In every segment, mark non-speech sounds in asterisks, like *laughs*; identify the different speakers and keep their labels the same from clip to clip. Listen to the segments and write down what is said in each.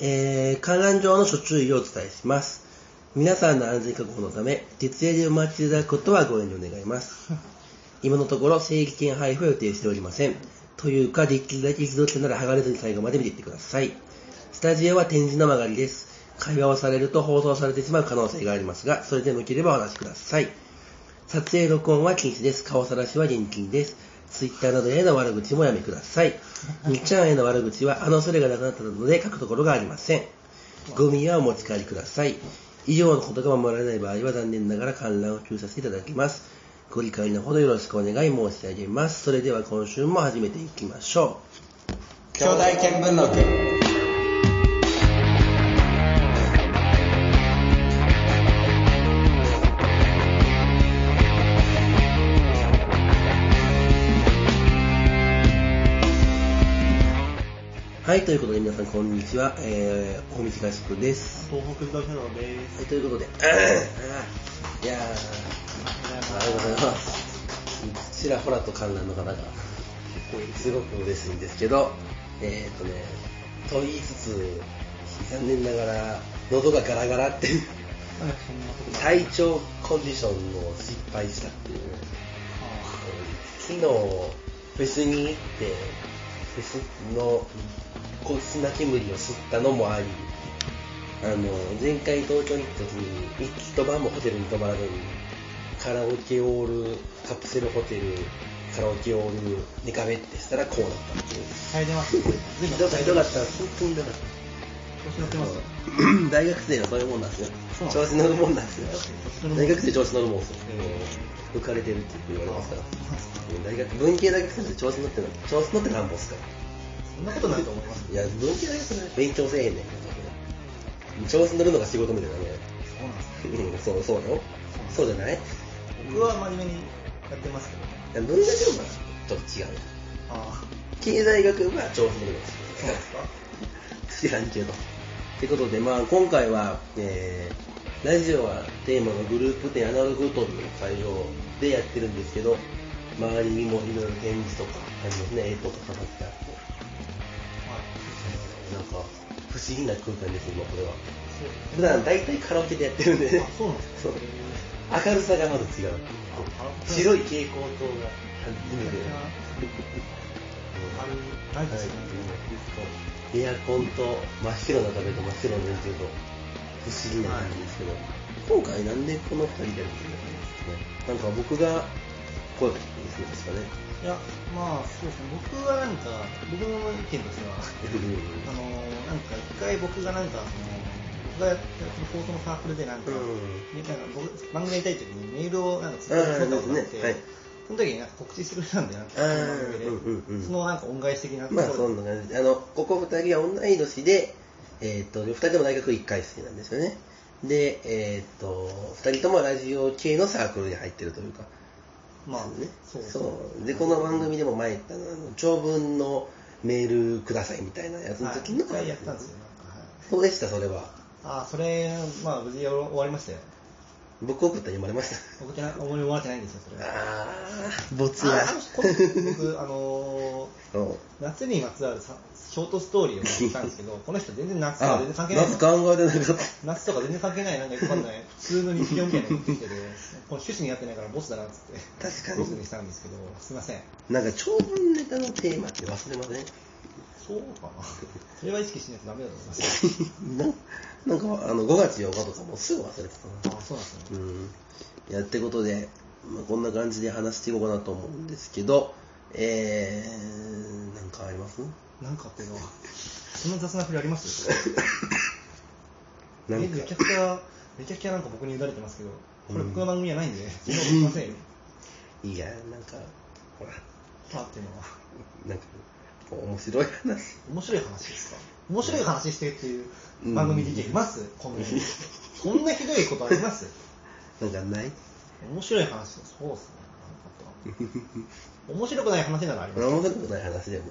Speaker 1: えー、観覧場の諸注意をお伝えします。皆さんの安全確保のため、徹夜でお待ちいただくことはご遠慮願います。今のところ正規券配布は予定しておりません。というか、できるだけ一度手なら剥がれずに最後まで見ていってください。スタジオは展示の曲がりです。会話をされると放送されてしまう可能性がありますが、それでもよければお話しください。撮影録音は禁止です。顔さらしは厳禁です。ツイッターなどへの悪口もやめください。みっちゃんへの悪口はあのそれがなくなったので書くところがありません。ゴミはお持ち帰りください。以上のことが守られない場合は残念ながら観覧を中止させていただきます。ご理解のほどよろしくお願い申し上げます。それでは今週も始めていきましょ
Speaker 2: 兄弟見聞録
Speaker 1: う。はい、ということで皆さんこんにちは。えー、大道合宿です。
Speaker 3: 東北自動車道で
Speaker 1: は
Speaker 3: す。
Speaker 1: い、ということで、 *clears throat* いやー、ありがとうございます。ちらほらと観覧の方が、すごく嬉しいんですけど、えっ、とね、と言いつつ、残念ながら、喉がガラガラっていう、
Speaker 3: そんなことない。
Speaker 1: 体調コンディションの失敗したっていうね、昨日、フェスに行って、フェスのこう砂煙を吸ったのもあり、あの、前回東京に行った時に、一晩もホテルに泊まらずに、カラオケオール、カプセルホテル、カラオケオール、ネカフェってしたらこうなったっていう。
Speaker 3: 変え
Speaker 1: *laughs*
Speaker 3: てます。
Speaker 1: ひ
Speaker 3: 全部
Speaker 1: どかった、ひどかった、本当にひどかっ
Speaker 3: 調子乗ってます。
Speaker 1: た。大学生はそういうもんなんですよ。
Speaker 3: そう
Speaker 1: 調子乗るもんなんです
Speaker 3: そう
Speaker 1: よ。大学生調子乗るもんですよ。浮かれてるってよく言われますから。大学、文系大学生で調子乗ってな、調子乗ってなんぼっすから。
Speaker 3: そんなことないと思います。
Speaker 1: いや、文系だけどね、勉強せえへんねん。調子乗るのが仕事みたいなね。
Speaker 3: そうなんです。
Speaker 1: うん、そう、そうよ。そうじゃないい
Speaker 3: 僕は真面目にやってますけ
Speaker 1: や
Speaker 3: ど。
Speaker 1: 文学部はちょっと違うよ。
Speaker 3: あ
Speaker 1: 経済学部は調子乗るんです
Speaker 3: あ、そうです
Speaker 1: 知
Speaker 3: か。
Speaker 1: らんけど。ってことで、まあ今回は、えー、ラジオはテーマのグループ展アナログという会場でやってるんですけど、周りにもいろいろ展示とかありますね、絵とか飾ってあって。なんか、不思議な空間です、今これは。普段大体カラオケでやってるんで、ね
Speaker 3: あ、そうなんです。
Speaker 1: そう明るさがまず違う。白い蛍光灯が初めて。
Speaker 3: あれ、ないですよね。
Speaker 1: エアコンと真っ白な壁と真っ白な電柱と不思議な感じですけど、今回なんでこの2人でやるんですかねなんか僕が声を聞いてるんですかね
Speaker 3: いや、まあ、そうですね。僕はなんか、僕の意見としては、あのー、なんか一回僕がなんか、その、僕がやってる放送のサークルでなんか、
Speaker 1: う
Speaker 3: なんか僕番組やりたい時にメールをなんか作
Speaker 1: う
Speaker 3: っ
Speaker 1: ん
Speaker 3: てくれたことがあっ
Speaker 1: そうです
Speaker 3: て、
Speaker 1: ねはい
Speaker 3: その時になんか告知してくれたんだよ、なんか
Speaker 1: あー
Speaker 3: その番組で、
Speaker 1: うんうんうん
Speaker 3: そのなんか恩返し的なとこ
Speaker 1: まあ
Speaker 3: ろ
Speaker 1: そん
Speaker 3: で
Speaker 1: な感じであのここ2人は同い年で、えー、と2人とも大学1回生なんですよねで、えー、と2人ともラジオ系のサークルに入ってるというか
Speaker 3: まあ、
Speaker 1: ね、
Speaker 3: そうですね。
Speaker 1: そうでこの番組でも前言ったのあの長文のメールくださいみたいなやつの
Speaker 3: はい
Speaker 1: 時
Speaker 3: 一
Speaker 1: の、
Speaker 3: 回やったんですよ、なんか。はい、
Speaker 1: どうでしたそれは
Speaker 3: ああ、それ、まあ無事終わりましたよ。
Speaker 1: 僕送ったら読まれました
Speaker 3: 僕ってな、思い終われてないんですよ、それは。
Speaker 1: ああ没
Speaker 3: あ
Speaker 1: や
Speaker 3: あのこの僕、あのー、
Speaker 1: うん
Speaker 3: 夏にまつわるさショートストーリーをやったんですけど、この人全然夏とか
Speaker 1: あ
Speaker 3: 全然関係ない。
Speaker 1: 夏考えてなかった
Speaker 3: 夏とか全然関係ない、なんかよくわかん *laughs* ない、普通の日常みたいなの言ってきてて、この趣旨に合ってないからボスだなっつって、
Speaker 1: 確か
Speaker 3: ボスに
Speaker 1: に
Speaker 3: したんですけど、すいません。
Speaker 1: なんか長文ネタのテーマって忘れません
Speaker 3: そうかな。それは意識しないとダメだと思います。
Speaker 1: ななん *laughs* かあの5月8日とかもうすぐ忘れてたな
Speaker 3: あ、そうなんですね。
Speaker 1: うん、やってことで、まあ、こんな感じで話していこうかなと思うんですけど、えー、なんかあります
Speaker 3: なんかっていうのは、そんな雑な振りあります
Speaker 1: なん
Speaker 3: え、
Speaker 1: か
Speaker 3: めちゃくちゃ、めちゃくちゃなんか僕に委ねてますけど、これ僕の番組じゃないんで、そんなことしませんよ。
Speaker 1: いやなんかほら
Speaker 3: パーっていうのは。
Speaker 1: なんかこう面白い話
Speaker 3: 面白い話ですか面白い話してっていう番組 DJ います、こ *laughs* んなに。そんなひどいことあります
Speaker 1: なんかない
Speaker 3: 面白い話そうっすねなんかあった面白くない話ならあります
Speaker 1: 面白くない話でも、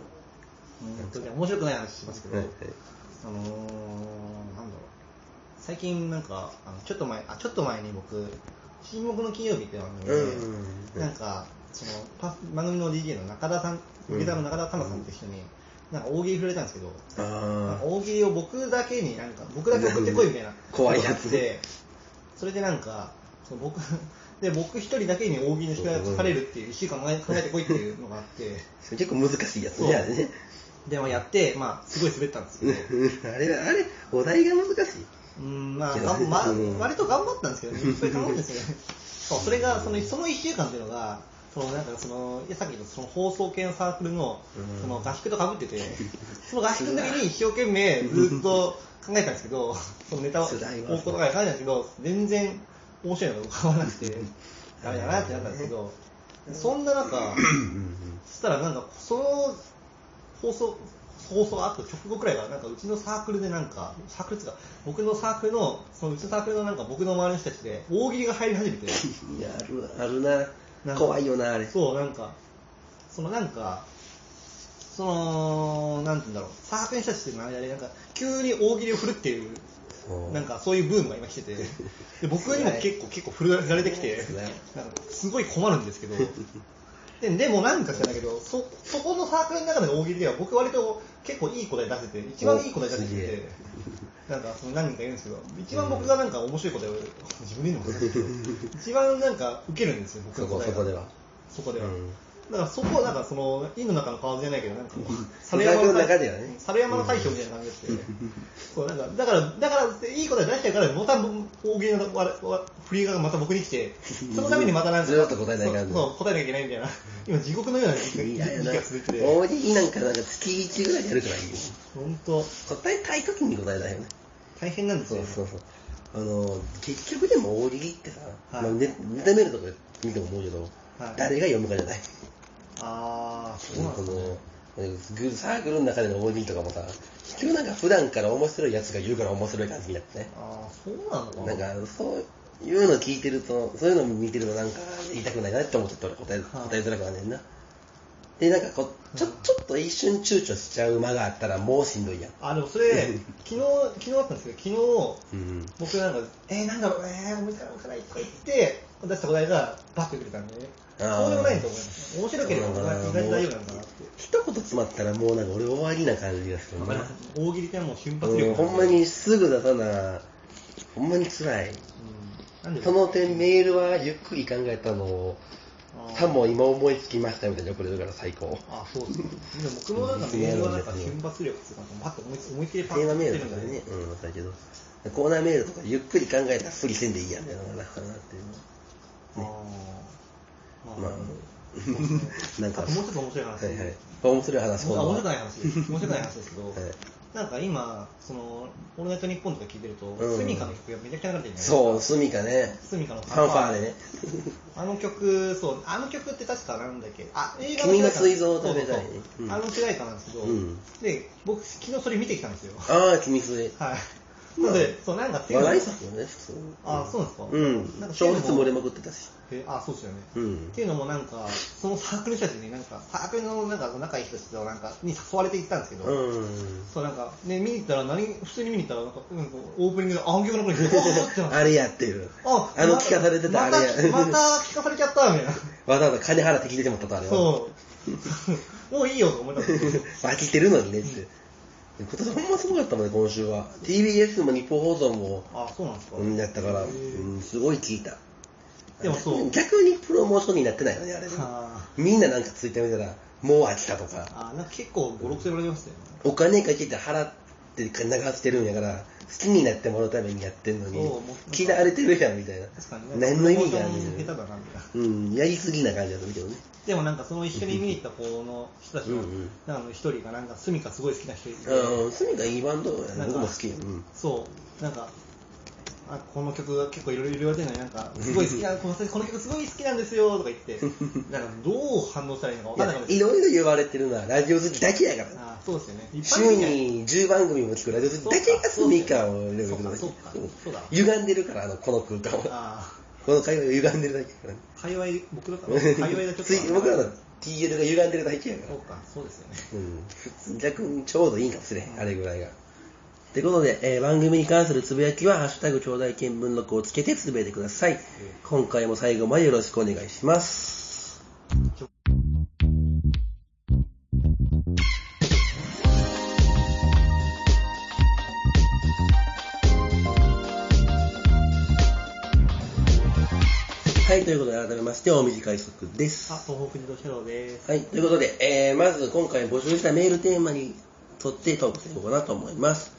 Speaker 3: うんとね面白くない話しますけど、
Speaker 1: はいはい
Speaker 3: あのー、なんだろう最近なんかあのちょっと前あちょっと前に僕「沈黙の金曜日」って番組で、
Speaker 1: うん
Speaker 3: なんかそのパ番組の DJ の中田さん受けたの中田かなさんと一緒に、なんか大喜利触れたんですけど、なん
Speaker 1: あ
Speaker 3: か大喜利を僕だけになんか、僕だけ送ってこいみたいな
Speaker 1: *laughs* 怖いやつ
Speaker 3: で、それでなんか、その僕、 *laughs* で、僕一人だけに大喜利の人が書かれるっていう、一週間考え考えてこいっていうのがあって、
Speaker 1: あ。結構難しいやつ
Speaker 3: そう
Speaker 1: ね、あれね。
Speaker 3: で、まあやって、まあ、すごい滑ったんですけど、
Speaker 1: あれ、あれ、お題が難しい。
Speaker 3: うん、ま
Speaker 1: い
Speaker 3: あ、
Speaker 1: や
Speaker 3: がんま
Speaker 1: うん
Speaker 3: 割と頑張ったんですけどね、いっぱい頑張ったんですけどね。そう、それが、その、その1週間っていうのが、その、なんか、その、いやさっき言ったその放送系のサークルの
Speaker 1: う、ん
Speaker 3: その合宿とか
Speaker 1: *laughs*
Speaker 3: ぶってて、その合宿の時に一生懸命ずっと考えたんですけど、そのネタを、
Speaker 1: 辛いわ
Speaker 3: 方向とか考えたんですけど、全然面白いのが浮かばなくて、ダメだなってなったんですけど、そんな中、そしたらなんか、その放送、放送あと直後くらいが、なんかうちのサークルでなんか、サークルっていうか、僕のサークルの、そのうちのサークルのなんか僕の周りの人たちで、大喜利が入り始めて、
Speaker 1: いや、あるわあるな。
Speaker 3: なんか
Speaker 1: 怖いよな、あれ。
Speaker 3: そう、なんか、そのなんか、その、なんて言うんだろう、サークルの人たちの間で、なんか、急に大喜利を振るっていう、
Speaker 1: そう
Speaker 3: なんかそういうブームが今来てて、
Speaker 1: *laughs*
Speaker 3: で僕にも結構、結構振られてきて
Speaker 1: そうだね、
Speaker 3: なんかすごい困るんですけど、
Speaker 1: *laughs*
Speaker 3: ででもなんか知らないけどそ、そこのサークルの中での大喜利では、僕割と結構いい答え出せて、一番いい答え出せ
Speaker 1: おすげ
Speaker 3: て
Speaker 1: え、
Speaker 3: *laughs* なんかその何人かいるんですけど、一番僕がなんか面白い答えを、自分で言うのもなんで
Speaker 1: *laughs*
Speaker 3: すけど、一番なんか受けるんですよ、僕
Speaker 1: そ
Speaker 3: の
Speaker 1: こ、
Speaker 3: 答え
Speaker 1: そ
Speaker 3: が
Speaker 1: こでは。
Speaker 3: そこでは。
Speaker 1: うん
Speaker 3: だからそこはなんかその、院の中の蛙じゃないけど、なんかこう、
Speaker 1: サル山の中ではね
Speaker 3: 猿山の大将みたいな感じで、そうなんか、だから、だから、いいことは出してるから、また大喜利のわわ振りがまた僕に来て、そのためにまたなんか、
Speaker 1: ずーっと答えないからね
Speaker 3: そうそう、答えなきゃいけないみたいな、今地獄のような時
Speaker 1: い
Speaker 3: 期が
Speaker 1: やいやな
Speaker 3: 時期が続いてて、
Speaker 1: 大喜利なんかなんか月1ぐらいでやるからいいよ。
Speaker 3: 本当、
Speaker 1: 答えたい時に答えないよね。
Speaker 3: 大変なんです
Speaker 1: そう
Speaker 3: よ。
Speaker 1: そうそう。あの、結局でも大喜利ってさ、
Speaker 3: はい
Speaker 1: まあネネタ見るとか見ても思うけど、
Speaker 3: はい
Speaker 1: 誰が読むかじゃない。
Speaker 3: あー、そうなん
Speaker 1: こ
Speaker 3: ですね。
Speaker 1: の、サークルの中での大喜利とかもさ、結局なんか普段から面白いやつが言うから面白い感じになってね。
Speaker 3: あー、そうなのかな。
Speaker 1: なんか、そういうの聞いてると、そういうの見てるとなんか言いたくないなって思っちゃって俺答え、答えづらくはねんな。で、なんかこう、ちょ、ちょっと一瞬躊躇しちゃう間があったらもうしんどいやん。
Speaker 3: あ、でもそれ、昨日、昨日だったんですけど、昨
Speaker 1: う
Speaker 3: 日、
Speaker 1: ん。
Speaker 3: 僕なんか、えー、なんだろう、えー、思いつかない、思いつかないとか言って、出した答えがバッてくれたんでね。
Speaker 1: あー
Speaker 3: そうでもないと思います。面白ければ僕は意外と大丈夫なんだなって。
Speaker 1: 一言詰まったらもうなんか俺終わりな感じがする
Speaker 3: わかり
Speaker 1: な
Speaker 3: ま。す大喜利ってもう瞬発
Speaker 1: うん
Speaker 3: 力
Speaker 1: ほんま。にすぐ出さな、ほんまに辛い。
Speaker 3: うん。なんで
Speaker 1: その点メールはゆっくり考えたのを、
Speaker 3: あー
Speaker 1: さも今思いつきましたみたいなこれだから最高。
Speaker 3: あ、そうですね。でも僕もなんかメールはなんか瞬発力っていうか、パッと思いつ思いっきり
Speaker 1: テ
Speaker 3: パッ
Speaker 1: ー
Speaker 3: と
Speaker 1: マ
Speaker 3: 思
Speaker 1: メ
Speaker 3: い
Speaker 1: ー
Speaker 3: つ
Speaker 1: ル
Speaker 3: ける
Speaker 1: とか
Speaker 3: んだ
Speaker 1: で
Speaker 3: よ
Speaker 1: ね
Speaker 3: ね。、
Speaker 1: うん、わかるけど、コーナーメールとかゆっくり考えたらふりせんでいいやんみたいなのが楽かなっていう
Speaker 3: あー
Speaker 1: まあ
Speaker 3: あ
Speaker 1: うんなんか
Speaker 3: あともうちょっと面白い話。
Speaker 1: はいはい。面白い話、
Speaker 3: あ面白くない
Speaker 1: い。
Speaker 3: 話。面白くない話ですけど。
Speaker 1: *laughs* はい
Speaker 3: なんか今、その、オールナイトニッポンとか聞いてると、
Speaker 1: うん
Speaker 3: スミカの曲がめちゃくちゃ流れてるじゃないですか。
Speaker 1: そう、スミカね。
Speaker 3: スミカの
Speaker 1: ファンファーレ
Speaker 3: *laughs*
Speaker 1: ね。
Speaker 3: あの曲、そう、あの曲って確かなんだっけ、あ、映画
Speaker 1: 君の
Speaker 3: 主題歌
Speaker 1: 膵臓を食べたい
Speaker 3: そうそうそう
Speaker 1: うん
Speaker 3: あの主題歌なんですけど、
Speaker 1: うん
Speaker 3: で、僕、昨日それ見てきたんですよ。 *laughs*
Speaker 1: ああ、君すえ。
Speaker 3: はい。なので、そう、なんか
Speaker 1: 話題
Speaker 3: さ
Speaker 1: 作よね、普通に
Speaker 3: あそうなんですか
Speaker 1: うん。
Speaker 3: なんか
Speaker 1: 小説漏れまくってたし。
Speaker 3: えあ、そうですよね。
Speaker 1: うん
Speaker 3: っていうのもなんか、そのサークルの人たちになんか、サークルのなんか仲いい人たちとなんか、に誘われて行ったんですけど、
Speaker 1: うん。
Speaker 3: そうなんか、ね、見に行ったら何、普通に見に行ったら、なんか、うんこうオープニングで、あ、音曲の声に、おーってなっ
Speaker 1: *laughs*
Speaker 3: て
Speaker 1: あれやっていう。
Speaker 3: あ
Speaker 1: あの聞かされてたあ
Speaker 3: ま
Speaker 1: れ
Speaker 3: た、
Speaker 1: や。
Speaker 3: また聞かされちゃったみたいな。
Speaker 1: わざわざ金払って聞いててもらったとあれは。
Speaker 3: そう。もういいよと思
Speaker 1: *laughs*
Speaker 3: いましたけど。
Speaker 1: 飽きてるのにねって。今年ほんますごかったもんね、今週は。TBS も日本放送も、
Speaker 3: あ、そうなんですか。
Speaker 1: うん、やったから、
Speaker 3: へ
Speaker 1: う
Speaker 3: ー
Speaker 1: ん、すごい聞いた。
Speaker 3: でもそう
Speaker 1: 逆にプロモーションになってないよね、あれね
Speaker 3: あ
Speaker 1: みんななんかツイッター見たら、もう飽きたとか、
Speaker 3: あ、なんか結構5、6千円もられましたよね。
Speaker 1: お金かけて払って流してるんやから、好きになってもらうためにやってんのに
Speaker 3: そうもう、
Speaker 1: 嫌われてるやんみたいな
Speaker 3: 確かに。ね。
Speaker 1: 何の意味がある
Speaker 3: プロモーショ
Speaker 1: ん
Speaker 3: ン
Speaker 1: だ
Speaker 3: 下手
Speaker 1: よ
Speaker 3: だな、みたいな。
Speaker 1: うん、やりすぎな感じだと思うけどね。
Speaker 3: でもなんかその一緒に見に行った子の人たちの
Speaker 1: うんうん、
Speaker 3: なんか一人がなんか、スミカすごい好きな人いて、
Speaker 1: うん、スミがいいバンドやね
Speaker 3: なんか
Speaker 1: 僕も好きよ。うん
Speaker 3: そう、なんか、あこの曲が結構いろいろ言われてるのに、なんか、すごい好きな、この私この曲すごい好きなんですよとか言って、なんかどう反応したらいいのか分
Speaker 1: い
Speaker 3: から
Speaker 1: や
Speaker 3: なかった
Speaker 1: いろいろ言われてるのはラジオ好きだけやからね。
Speaker 3: あーそうですよね。一般
Speaker 1: 週
Speaker 3: 的には
Speaker 1: に10番組も聞くラジオ好きだけがスミカを選ぶ
Speaker 3: そうかそうかそうだ
Speaker 1: 歪んでるから、あの、この空間は。
Speaker 3: あ
Speaker 1: この会話が歪んでるだけやからね。
Speaker 3: あ、界隈、僕ら界隈だ
Speaker 1: *laughs*
Speaker 3: け
Speaker 1: つい僕らの TL が歪んでるだけやか
Speaker 3: そ
Speaker 1: ら
Speaker 3: う。か、そうですよね。
Speaker 1: うん。普通逆にちょうどいいんかもしれん、あれぐらいが。ってことで、えー番組に関するつぶやきは、ハッシュタグ兄弟見聞録をつけてつぶやいてください。今回も最後までよろしくお願いします。はい、ということで改めまして、大短い速で
Speaker 3: あ、
Speaker 1: す。
Speaker 3: 東北自動車道です。
Speaker 1: はい、ということで、えー、まず今回募集したメールテーマに沿ってトークしていこうかなと思います。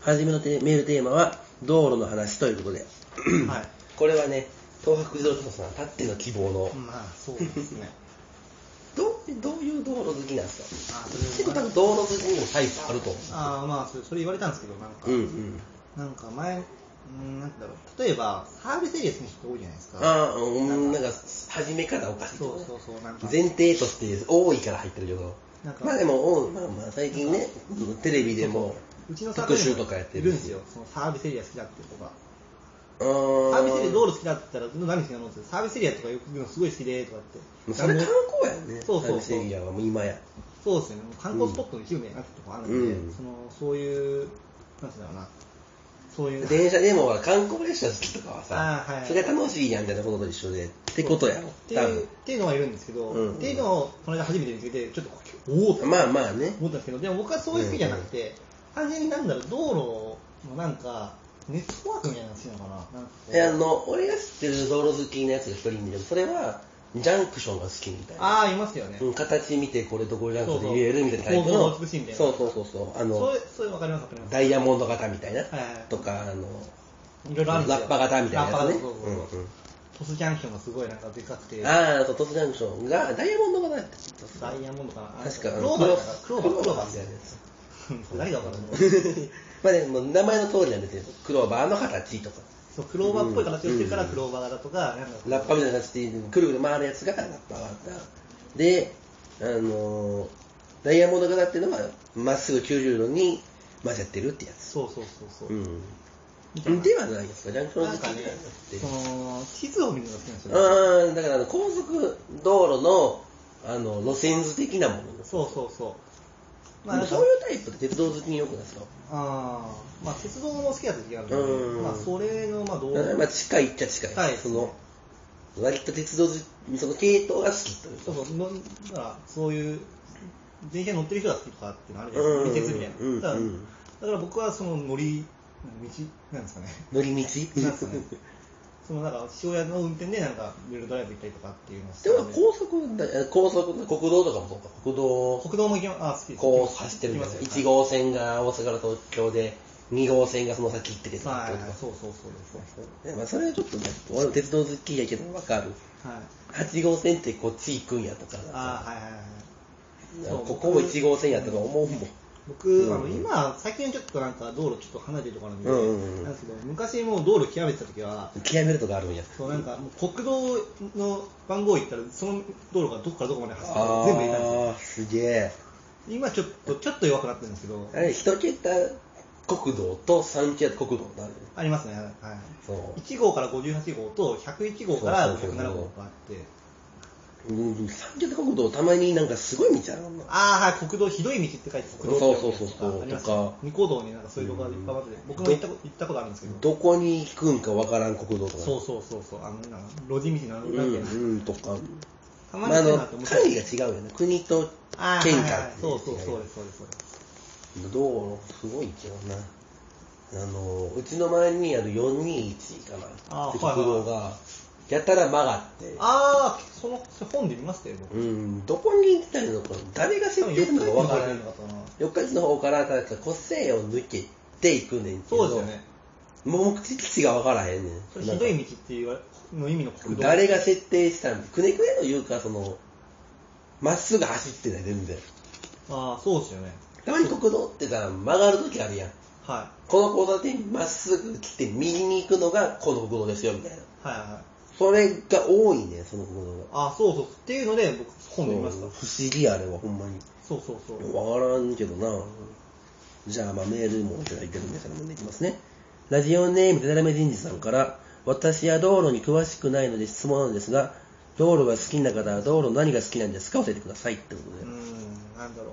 Speaker 1: はじめのテメールテーマは、道路の話ということで、
Speaker 3: はい。
Speaker 1: *clears throat* これはね、東北自動車道さんたっての希望の、
Speaker 3: まあ、そうです
Speaker 1: *laughs*
Speaker 3: ね。
Speaker 1: どうどういう道路好きなんですか
Speaker 3: あ、
Speaker 1: 結
Speaker 3: そ
Speaker 1: 構
Speaker 3: れ
Speaker 1: 多
Speaker 3: は
Speaker 1: 分道路好きにもタイプあると思
Speaker 3: あーまあそれ、それ言われたんですけど、なんか、
Speaker 1: う。うんうん。
Speaker 3: なんか前、うーん、なんだろう。例えば、サービスエリア住む人多いじゃないですか。
Speaker 1: ああ、うん、なんか、始め方おかしい。
Speaker 3: そうそうそう、なんか。
Speaker 1: 前提として多いから入ってるけど
Speaker 3: なん。か
Speaker 1: まあでも、おまあまあ最近ね、テレビでも、
Speaker 3: うちのサー
Speaker 1: 特
Speaker 3: ビス
Speaker 1: 集とかやって
Speaker 3: い
Speaker 1: る
Speaker 3: るんですよ。。そのサービスエリア好きだっていうとか。
Speaker 1: あ
Speaker 3: サービスエリア道
Speaker 1: 路
Speaker 3: 路好きだったら、何好きなのって、サービスエリアとかよく言うのすごい好きで、とかって。
Speaker 1: それ観
Speaker 3: あの
Speaker 1: 光やんね。
Speaker 3: そうそうそう
Speaker 1: サービスエリアはもう今や。
Speaker 3: そうですよね、もう観光スポットの一部になってるとこあるんで、
Speaker 1: うん
Speaker 3: そのそういう、なんていうんだろうな、そういう、
Speaker 1: 電車でもは観光列車好きとかはさ
Speaker 3: あ、ーはい
Speaker 1: それが楽しいやんみたいなことと一緒で、ってことやろ
Speaker 3: っ。て
Speaker 1: 多
Speaker 3: いうっていうのはいるんですけど、
Speaker 1: うん
Speaker 3: っていうのをこの間初めて見つけて、ちょっとおおって
Speaker 1: 分。まあまあね。
Speaker 3: 思ったんですけど、でも僕はそういう好きじゃなくて、単純になんだろう、道路のなんか、ネットワークみたいなのが好きなのかな、なんかこう
Speaker 1: えあの、俺が知ってる道路好きなやつが一人いるんだけど、それは、ジャンクションが好きみたいな。
Speaker 3: ああ、いますよね。
Speaker 1: うん形見てこれとこれなんかで入れるみたいなタイプ
Speaker 3: そう
Speaker 1: の
Speaker 3: そう構造が美しいみたいな
Speaker 1: そうそうそうそうあ
Speaker 3: そ
Speaker 1: の
Speaker 3: ういう、そういうわかります、わかります。
Speaker 1: ダイヤモンド型みたいな
Speaker 3: はいはい
Speaker 1: とかあの
Speaker 3: いろいろあるんです
Speaker 1: ラ
Speaker 3: よ
Speaker 1: ッパ型みたいな
Speaker 3: ラッ
Speaker 1: やつ
Speaker 3: パ
Speaker 1: ね
Speaker 3: 型そうそうそう
Speaker 1: うんうん
Speaker 3: トスジャンクションがすごいなんかでかくて、ダ
Speaker 1: ああそうトスジャンクションがダイヤモンド型やった
Speaker 3: イヤモンドかな、
Speaker 1: 確か
Speaker 3: あ
Speaker 1: あ
Speaker 3: の
Speaker 1: の
Speaker 3: ク
Speaker 1: ク
Speaker 3: ロ
Speaker 1: ロ
Speaker 3: ーバー、
Speaker 1: ス
Speaker 3: クローバー、クローバー
Speaker 1: み
Speaker 3: み
Speaker 1: た
Speaker 3: た
Speaker 1: いなや
Speaker 3: いなや *laughs*
Speaker 1: つ
Speaker 3: つ。誰がわかるの
Speaker 1: まあでも名前の通りなんですよクローバーの形とか
Speaker 3: そうクローバーっぽい形をしてるからクローバー型とか、なんか
Speaker 1: ラッパみたいな形でくるくる回るやつがラッパ型であのーダイヤモンド型っていうのはまっすぐ90度に混ぜてるってやつ
Speaker 3: そうそうそうそう、
Speaker 1: うん。ではないですか、ジャンクロ
Speaker 3: な
Speaker 1: 好
Speaker 3: ん
Speaker 1: き
Speaker 3: か
Speaker 1: な
Speaker 3: ね
Speaker 1: んだって。
Speaker 3: その地図を見るのが好きなんですよ、
Speaker 1: うーん、だからあの高速道路のあの路線図的なものです。
Speaker 3: そうそうそうまあ
Speaker 1: でもそういうタイプって鉄道好きによくないですか。
Speaker 3: あーまあ鉄道も好きだった時があるんで、
Speaker 1: うん
Speaker 3: まあそれのまあどう、
Speaker 1: まあ近いっちゃ近い。
Speaker 3: 近いです
Speaker 1: そ
Speaker 3: ね
Speaker 1: の、割と鉄道好き、その系統が好きというか。
Speaker 3: そうそうのだからそういう電車に乗ってる人が好きとかっていうのあるじゃ
Speaker 1: うん
Speaker 3: ないですか、
Speaker 1: う
Speaker 3: 見
Speaker 1: ん
Speaker 3: 鉄みたいな、
Speaker 1: うん
Speaker 3: だから僕はその乗り道なんですかね
Speaker 1: 乗り道
Speaker 3: なんですかねそのなんか父親の運転でなんかいろいろドライブ行ったりとかっていうのをして
Speaker 1: でも高速だ、高速、国道とかもそうか、国道、
Speaker 3: 国道も行きますあ好きです
Speaker 1: こう走ってるみたいな。
Speaker 3: 行きます
Speaker 1: 1号線が大阪から東京で、2号線がその先行っててとか
Speaker 3: は
Speaker 1: って
Speaker 3: い
Speaker 1: ことか、
Speaker 3: そうそうそうですね
Speaker 1: ねまあ、それはちょっとね、俺も鉄道好きやけどわかる。
Speaker 3: はい
Speaker 1: 8号線ってこっち行くんやとか、
Speaker 3: あーはいはいはいそう
Speaker 1: ここも1号線やとか思うもん。
Speaker 3: 僕、あの
Speaker 1: うん
Speaker 3: 今最近ちょっとなんか道路ちょっと離れてるところなんで、
Speaker 1: うんうんうん
Speaker 3: なんですけど昔もう道路極めてた時は
Speaker 1: 極めるとかあるんや。
Speaker 3: そうなんかもう国道の番号行ったらその道路がどこからどこまで走ってるか
Speaker 1: あ
Speaker 3: 全部入れたんですよ
Speaker 1: あー、すげえ。
Speaker 3: 今ちょっとちょっと弱くなってるんですけど
Speaker 1: あれ、一桁国道と3桁国道なん
Speaker 3: ありますねはい
Speaker 1: そ
Speaker 3: 1号から58号と101号から507号があって
Speaker 1: う。うん、3桁国道たまになんかすごい道あるもんな。
Speaker 3: ああはい国道ひどい道って書いて国道って
Speaker 1: そうそうそうそう
Speaker 3: あります
Speaker 1: とか
Speaker 3: 二高道になんかそういうとこがいっぱいあって僕も行ったこと行ったことあるんですけど
Speaker 1: どこに行くんかわからん国道とか。
Speaker 3: そうそうそうそう、あの、なんか路地道なの、
Speaker 1: う
Speaker 3: なん
Speaker 1: ん、
Speaker 3: ていうの
Speaker 1: うん、とか。
Speaker 3: た
Speaker 1: まあ、
Speaker 3: まに
Speaker 1: あ
Speaker 3: そういう
Speaker 1: の
Speaker 3: のあって、面白
Speaker 1: 単位
Speaker 3: い。
Speaker 1: が違うよね。国と
Speaker 3: あー
Speaker 1: 県
Speaker 3: はいはい
Speaker 1: 下
Speaker 3: はいそうそう、そうです、そうです、そうです。
Speaker 1: 道路すごいけどなあのうちの前にある421かな
Speaker 3: あ
Speaker 1: って
Speaker 3: はいはい
Speaker 1: 国道がやたら曲がって
Speaker 3: ああ、その、それ本で見ましたよ、僕。
Speaker 1: うんどこに行ったのか誰が設定するのか分からない
Speaker 3: のかな。
Speaker 1: 四日市の方からだから個性を抜けていくねんけ
Speaker 3: そう
Speaker 1: ど
Speaker 3: ですよね。
Speaker 1: 目的地が分からへんねん
Speaker 3: それひどい道っていうの意味の
Speaker 1: なん
Speaker 3: 国
Speaker 1: か
Speaker 3: 道。
Speaker 1: 誰が設定したんくねくねのいうかそのまっすぐ走ってない全然
Speaker 3: ああ、そうですよね。
Speaker 1: たまに国道ってさ曲がる時あるやん
Speaker 3: は。
Speaker 1: この交差点にまっすぐ来て右に行くのがこの国道ですよみたいない
Speaker 3: はいはい。
Speaker 1: それが多いねその国道が
Speaker 3: ああ、そうそう。っていうので、僕、本で見まし
Speaker 1: 不
Speaker 3: た。
Speaker 1: 思議あれはほんまに
Speaker 3: そうそうそう。
Speaker 1: わからんけどなじゃあまあメールもいただいてるんでからもんでいきますねラジオネームでだらめ人事さんから私は道路に詳しくないので質問なんですが道路が好きな方は道路の何が好きなんですか教えてくださいってこと
Speaker 3: う
Speaker 1: で
Speaker 3: ーん、なんだろう。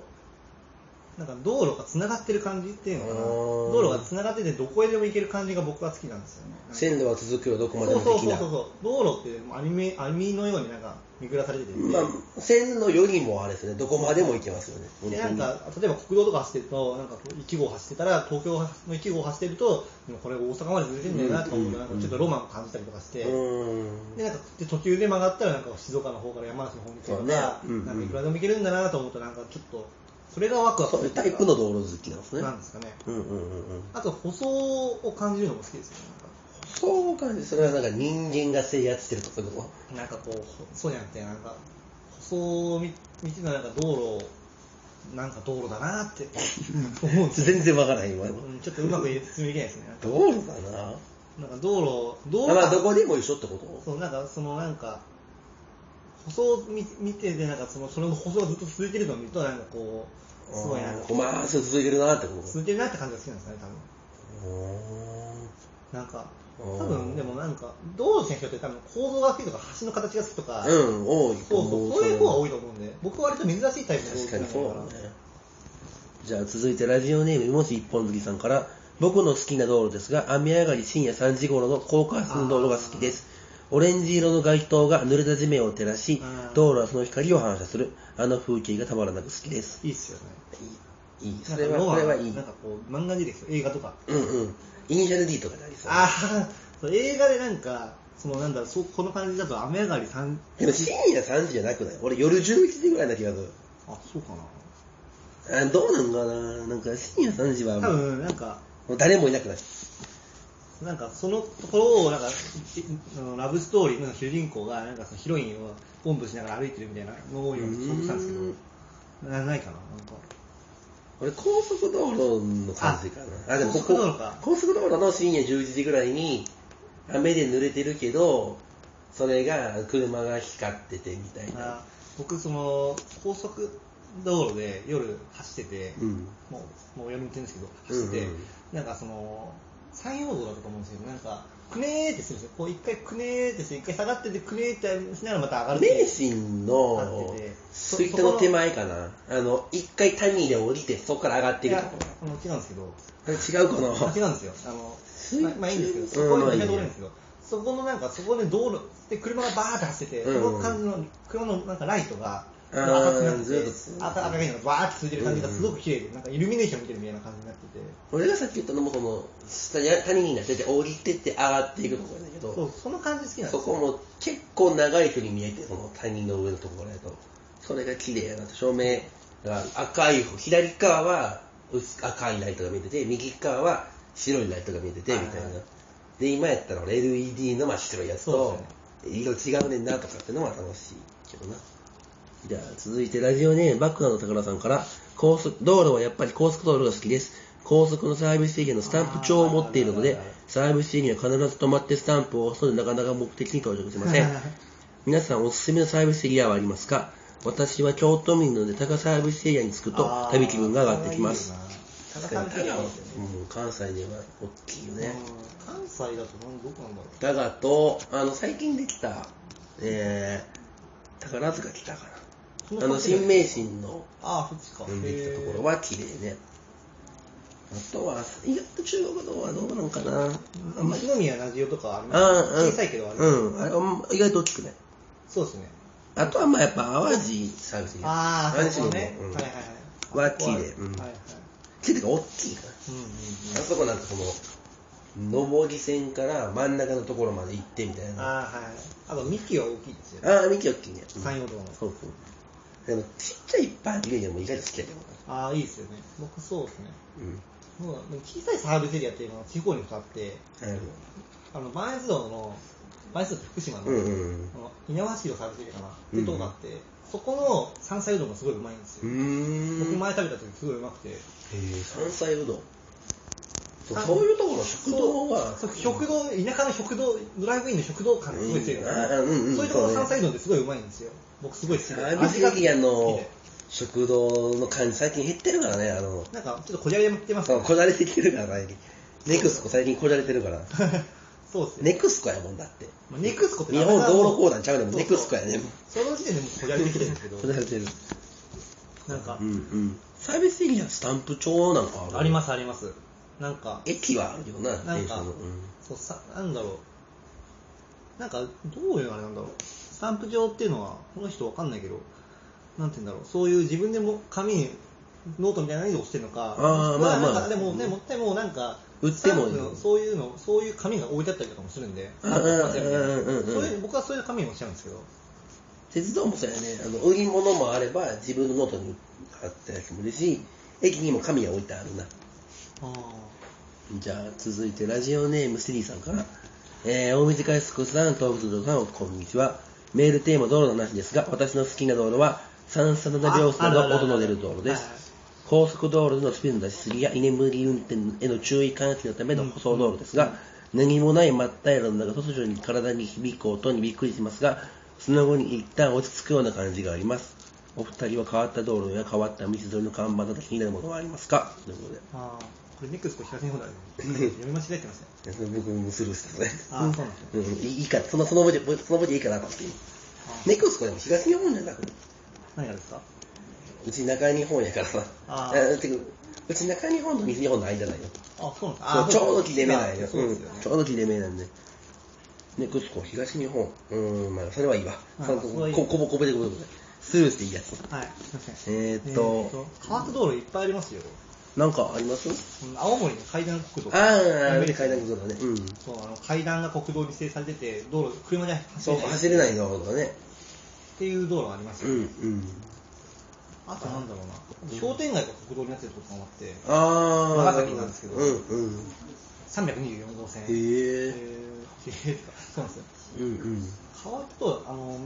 Speaker 3: なんか道路が繋がってる感じっていうのかな
Speaker 1: あー
Speaker 3: 道路が繋がっててどこへでも行ける感じが僕は好きなんですよね
Speaker 1: 線路は続くよ、どこ
Speaker 3: そ
Speaker 1: ま
Speaker 3: う
Speaker 1: で
Speaker 3: そ
Speaker 1: も
Speaker 3: うそう
Speaker 1: 的
Speaker 3: そう *laughs*
Speaker 1: な。
Speaker 3: そう道路ってもう網網のようになんか見下されてて、
Speaker 1: まあ、線路よりもあれですね、どこまでも行けますよね。
Speaker 3: でなんか例えば国道とか走ってると、なんか1号走ってたら、東京の1号走ってると、でもこれ大阪までずれてんだよなとか思うと、
Speaker 1: うん
Speaker 3: なんかちょっとロマンを感じたりとかして、
Speaker 1: うん。
Speaker 3: でなんかで途中で曲がったら、なんか静岡の方から山梨の方に行くと
Speaker 1: そ
Speaker 3: か、
Speaker 1: うねうん
Speaker 3: なんかいくらでも行けるんだなと思うと、なんかちょっと、それがワクワク
Speaker 1: そういうタイプの道路好きなんですね。
Speaker 3: なんですかね。
Speaker 1: うんうんうんうん。
Speaker 3: あと、舗装を感じるのも好きですよ、
Speaker 1: そう感じ、それはなんか人間が制圧してるとかいうの
Speaker 3: なんかなんかこう、ほそうじゃなくて、なんか、舗装を見見てたら、なんか道路を、なんか道路だなって思うんですよ。
Speaker 1: 全然わからない、今の。
Speaker 3: うんちょっとうまく説明できないですね。なんか
Speaker 1: 道路かな
Speaker 3: なんか道路、道
Speaker 1: あ
Speaker 3: 路
Speaker 1: まあ、どこでも一緒ってこと
Speaker 3: そう、なんかそのなんか、舗装を見見てて、なんかその、その舗装がずっと続いてるのを見ると、なんかこう、すごいなんか
Speaker 1: お、前、まあそう続いてるなってこと
Speaker 3: 続いてるなって感じが好きなんですかね、多分。なんか、多分でもなんか、道路選手って多分構造が好きとか、橋の形が好きとか、
Speaker 1: う、
Speaker 3: そうん
Speaker 1: 多い。
Speaker 3: そう、そういう方が多
Speaker 1: い。
Speaker 3: いと思うんで、僕は割と珍しいタイプの
Speaker 1: 確かに
Speaker 3: 道
Speaker 1: そう
Speaker 3: 路
Speaker 1: だ
Speaker 3: 選
Speaker 1: ね
Speaker 3: 手だから。
Speaker 1: じゃあ続いてラジオネーム、もし一本釣りさんから、僕の好きな道路ですが、雨上がり深夜3時頃の高架下の道路が好きです。オレンジ色の街灯が濡れた地面を照らし
Speaker 3: あ、ー
Speaker 1: 道路はその光を反射する。あの風景がたまらなく好きです。
Speaker 3: いいっすよね。
Speaker 1: いい。そ
Speaker 3: なん
Speaker 1: れ
Speaker 3: か
Speaker 1: は、
Speaker 3: ロマ
Speaker 1: そ
Speaker 3: ン
Speaker 1: れはいい
Speaker 3: なん。かこう、漫画でですよ、映画とか。
Speaker 1: うんうん。イニシャル D とかでありそう。
Speaker 3: ああ、そう映画でなんか、そのなんだろう、そうこの感じだと雨上がり3、
Speaker 1: でも深夜3時じゃなくない俺夜11時ぐらいな気がする。
Speaker 3: あ、そうかな。
Speaker 1: あどうなんかななんか深夜3時は
Speaker 3: 多
Speaker 1: も
Speaker 3: 分なんか、
Speaker 1: う誰もいなくなる。
Speaker 3: なんかそのところをなんかいあのラブストーリーの主人公がなんかそのヒロインをおんぶしながら歩いてるみたいなのを今想像したんですけど、なないかな、なんか。
Speaker 1: 俺高速道路の感じかな。
Speaker 3: あ
Speaker 1: でも
Speaker 3: 高速道路か
Speaker 1: 高速道路の深夜11時ぐらいに雨で濡れてるけど、それが車が光っててみたいな。
Speaker 3: あ僕、その高速道路で夜走ってて、
Speaker 1: うん。
Speaker 3: もうもう夜運転ですけど、走ってて、
Speaker 1: うんうん
Speaker 3: なんかその、山陽道だったと思うんですけど、なんか、くねーってするんですよ。こう一回くねーってして、一回下がっててくねーってしながらまた上がるってい
Speaker 1: 名
Speaker 3: う
Speaker 1: 神の
Speaker 3: 立っててそ
Speaker 1: 水戸の手前かな。あの、一回谷で降りてそこから上がって
Speaker 3: い
Speaker 1: いく
Speaker 3: や、
Speaker 1: と
Speaker 3: あ
Speaker 1: こ。
Speaker 3: の違うんですけど、
Speaker 1: あれ違うかな
Speaker 3: 違うんですよ。あの、まあ、まあいいんですけど、そこ
Speaker 1: うん
Speaker 3: は全然通れないんですけど、そこのなんか、そこで道路、で、車がバーって走ってて、
Speaker 1: うん
Speaker 3: その感じの、車のなんかライトが、
Speaker 1: あ
Speaker 3: なん
Speaker 1: ー
Speaker 3: か赤くなって
Speaker 1: ず
Speaker 3: て
Speaker 1: っ、と
Speaker 3: 赤、赤いのがバーってついてる感じがすごく綺麗で、なんかイルミネーション見てるみたいな感じになってて、
Speaker 1: 俺がさっき言ったのもその下に谷になってて降りてって上がっていくところだけど
Speaker 3: そ、
Speaker 1: そう
Speaker 3: その感じ好きなんですよ。
Speaker 1: こも結構長い距離見えてその谷の上のところやとそれが綺麗やなと照明が赤い左側は薄赤いライトが見えてて右側は白いライトが見えててみたい
Speaker 3: はい
Speaker 1: なで今やったら俺 LED の真っ白いやつ
Speaker 3: そう
Speaker 1: と
Speaker 3: ですね
Speaker 1: 色違うねんなとかってのは楽しいけどなじゃあ続いてラジオネームバックナーの宝さんから高速道路はやっぱり高速道路が好きです高速のサービスエリアのスタンプ帳を持っているの
Speaker 3: あー
Speaker 1: で
Speaker 3: なるほど
Speaker 1: サービスエリアは必ず止まってスタンプを押すのでなかなか目的に到着しません皆さんおすすめのサービスエリアはありますか私は京都民なので高サービスエリアに着くと旅気分が上がってきます。
Speaker 3: 高さん
Speaker 1: 高
Speaker 3: いいよな
Speaker 1: うん関西では大きいよね、
Speaker 3: 関西だとなんどこなんだろう。
Speaker 1: だがとあの最近できた、えー、宝塚来たかなあの新名神の
Speaker 3: ああ、そっちか。
Speaker 1: できたところ
Speaker 3: へ
Speaker 1: は綺麗ねあとは意外と中国のはどうなんかな
Speaker 3: ー。西宮ラジオとかあります
Speaker 1: あ
Speaker 3: 小さいけどあります
Speaker 1: うんあれうん意外と大きくない
Speaker 3: そうですね。
Speaker 1: あとはまあやっぱ淡路サービスエリア
Speaker 3: ああ、
Speaker 1: 淡路
Speaker 3: そう
Speaker 1: 島
Speaker 3: ね。
Speaker 1: のうん
Speaker 3: はいはいは
Speaker 1: は
Speaker 3: い。
Speaker 1: 綺麗うん
Speaker 3: はいはい。
Speaker 1: っていうか大きいかな
Speaker 3: うんうんうん。
Speaker 1: あそこなんかその上り線から真ん中のところまで行ってみたいなあ
Speaker 3: ああ、はい。あと、幹は大きいですよね。
Speaker 1: あー幹大きいね、うん
Speaker 3: 山陽道の。
Speaker 1: そうそうでもちっちゃいパーティーでも意外と好きだけどな
Speaker 3: ああ、いいですよね。僕そうですね。
Speaker 1: うん
Speaker 3: もうでも小さいサービスエリアっていうのは地方にもあって、
Speaker 1: なるほ
Speaker 3: あの、磐越道の、磐越道って福島の、
Speaker 1: どうんうん
Speaker 3: あの稲葉市のサービスエリアかなっていうとこがあって、そこの山菜うどんがすごいうまいんです
Speaker 1: う
Speaker 3: よ。
Speaker 1: ん
Speaker 3: 僕
Speaker 1: うーんへ
Speaker 3: 前食べた時すごいうまくて。
Speaker 1: え山菜うどんそう
Speaker 3: あ
Speaker 1: そういうところ食堂は
Speaker 3: そう食堂、田舎の食堂、ドライブインの食堂感がすごい強いから、
Speaker 1: うんうんうん
Speaker 3: そういうとこ
Speaker 1: そう
Speaker 3: ろの
Speaker 1: ね
Speaker 3: 山菜うどんってすごいうまいんですよ。僕すごい好き
Speaker 1: サ
Speaker 3: で。
Speaker 1: ービス
Speaker 3: が
Speaker 1: エリア
Speaker 3: 好き
Speaker 1: の
Speaker 3: で
Speaker 1: 食堂の感じ最近減ってるからねあの
Speaker 3: なんかちょっとこじゃれまくってます
Speaker 1: そ
Speaker 3: ね
Speaker 1: うこじゃれてきてるから最近ネクスコ最近こじゃれてるから
Speaker 3: *laughs* そうですね。
Speaker 1: ネクスコやもんだって
Speaker 3: まあネクスコって
Speaker 1: 日本道路公団ちゃうねんネクスコやね
Speaker 3: その時点でもうこじゃれてきてるんですけど
Speaker 1: こ、じゃれてる
Speaker 3: なんか
Speaker 1: うんうんサービスエリアスタンプ帳なんかある
Speaker 3: ありますありますなんか
Speaker 1: 駅はあるよな、
Speaker 3: なん
Speaker 1: 電車
Speaker 3: か、
Speaker 1: の。うん
Speaker 3: そうさなんだろうなんかどういうあれなんだろうスタンプ帳っていうのはこの人わかんないけどなんて言うんだろうそういう自分でも紙にノートみたいなのに押してるのか
Speaker 1: あー
Speaker 3: もしくは
Speaker 1: まあまあ
Speaker 3: なんかでもねもってもなんか
Speaker 1: 売ってもいい
Speaker 3: スタンプのそういうのそういう紙が置いてあったりとかもするんで
Speaker 1: うんうんうんうんうん
Speaker 3: そういう僕はそういう紙にもしちゃうんですけど
Speaker 1: 鉄道もそうやね、あの売り物もあれば、自分のノートに貼ったやつもいるし、駅にも紙が置いてあるな。
Speaker 3: あ
Speaker 1: じゃあ、続いてラジオネームスリーさんから。えー、大水海スさん、東武鉄道さん、こんにちは。メールテーマ道路の話ですが、私の好きな道路は、三三七秒数の音の出る道路です。高速道路でのスピードの出しすぎや居眠り運転への注意喚起のための舗装道路ですが、何もない真っ平らの中、突如に体に響く音にびっくりしますが、その後に一旦落ち着くような感じがあります。お二人は変わった道路や変わった道沿いの看板など気になるものはありますかということで。
Speaker 3: あーこれネクスコ東日本
Speaker 1: *laughs*
Speaker 3: だね読み間違えてましたね
Speaker 1: 僕もスルーしたね。
Speaker 3: あーそうなんですね
Speaker 1: うん、いいか、その、その文字、その文字いいかなと思って。
Speaker 3: あー
Speaker 1: ネクスコでも東日本じゃなくて、
Speaker 3: 何がですか
Speaker 1: うち中日本やからさ。
Speaker 3: あー
Speaker 1: ーてかうち中日本と西日本の間だよ。
Speaker 3: あそうなんです
Speaker 1: そう
Speaker 3: あー
Speaker 1: ちょうど切れ目なんよ。
Speaker 3: そう
Speaker 1: う
Speaker 3: で
Speaker 1: ん
Speaker 3: すよね
Speaker 1: ちょうど切れ目なんで。ネクスコ東日本。うん、まあ、それはいいわ。
Speaker 3: あ
Speaker 1: その
Speaker 3: それはいい
Speaker 1: ここぼこぼでこぼでこぼで。スルーしていいやつ。
Speaker 3: はい、すいません。
Speaker 1: えーっと、
Speaker 3: 変わった道路いっぱいありますよ。
Speaker 1: なんかあります
Speaker 3: うん青森の階段国道。
Speaker 1: あー、あれ
Speaker 3: で
Speaker 1: 階段。ことだね。うん。
Speaker 3: そう、あの階段が国道に指定されてて、道路、車で走
Speaker 1: そう、
Speaker 3: れない。
Speaker 1: 走れないのとかね。
Speaker 3: っていう道路あります
Speaker 1: う
Speaker 3: よ。
Speaker 1: ん、うん。
Speaker 3: あとなんだろうな。商店街が国道になってるとこもあって、
Speaker 1: あー。
Speaker 3: 長崎なんですけど
Speaker 1: うん、うん。
Speaker 3: 324号線。
Speaker 1: へ
Speaker 3: え
Speaker 1: ー。
Speaker 3: ー *laughs* そうなんですよ。
Speaker 1: うんうん。
Speaker 3: 変わったと、あの、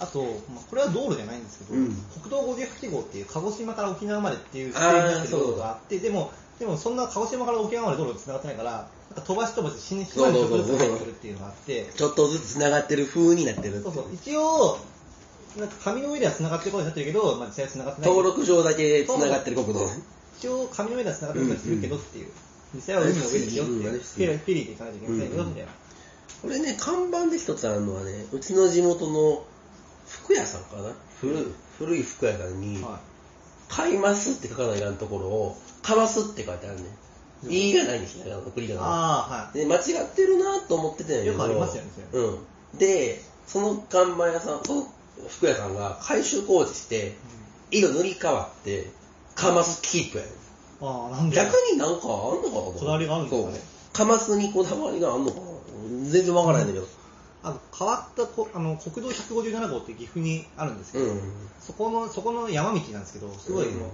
Speaker 3: あと、まあ、これは道路じゃないんですけど、
Speaker 1: うん
Speaker 3: 国道58号っていう鹿児島から沖縄までっていう指定
Speaker 1: あー
Speaker 3: になってる道路があって、でも、でもそんな鹿児島から沖縄まで道路繋がってないから、なんか飛ばし飛ばし、死に島にちょっとずつ入ってくるっていうのがあって、
Speaker 1: ちょっとずつ繋がってる風になってる。
Speaker 3: そうそう、一応、なんか紙の上では繋がってることになってるけど、まあ実際は繋がってない。
Speaker 1: 登録上だけ繋がってる国道。
Speaker 3: 一応紙の上では繋がってることにするけどっていう。実際は海の上ですよっていう。フィリピリで行かないといけませんよ、みたいな。
Speaker 1: これね、看板で一つあるのはね、うちの地元の服屋さんかな古い、古い服屋さんに、
Speaker 3: は
Speaker 1: 買いますって書かないかんところを、かますって書いてあるね。
Speaker 3: うん
Speaker 1: いいがないにしないの、送り
Speaker 3: い。
Speaker 1: がな
Speaker 3: ああ、はい。
Speaker 1: い。で、間違ってるなと思ってたんやけど。
Speaker 3: よくありますよねそれ
Speaker 1: うん。で、その看板屋さん、その服屋さんが改修工事して、色塗り替わって、かますキープやねん。
Speaker 3: ああ、なんだ
Speaker 1: 逆になんかあんのかなこ
Speaker 3: こだわりがあるんですかね
Speaker 1: かますにこだわりがあんのかな全然わからないんだけど。
Speaker 3: あの変わったこあの国道157号って岐阜にあるんですけ
Speaker 1: う
Speaker 3: ど、
Speaker 1: ん。
Speaker 3: そこのそこの山道なんですけど、すごい、
Speaker 1: うん
Speaker 3: もう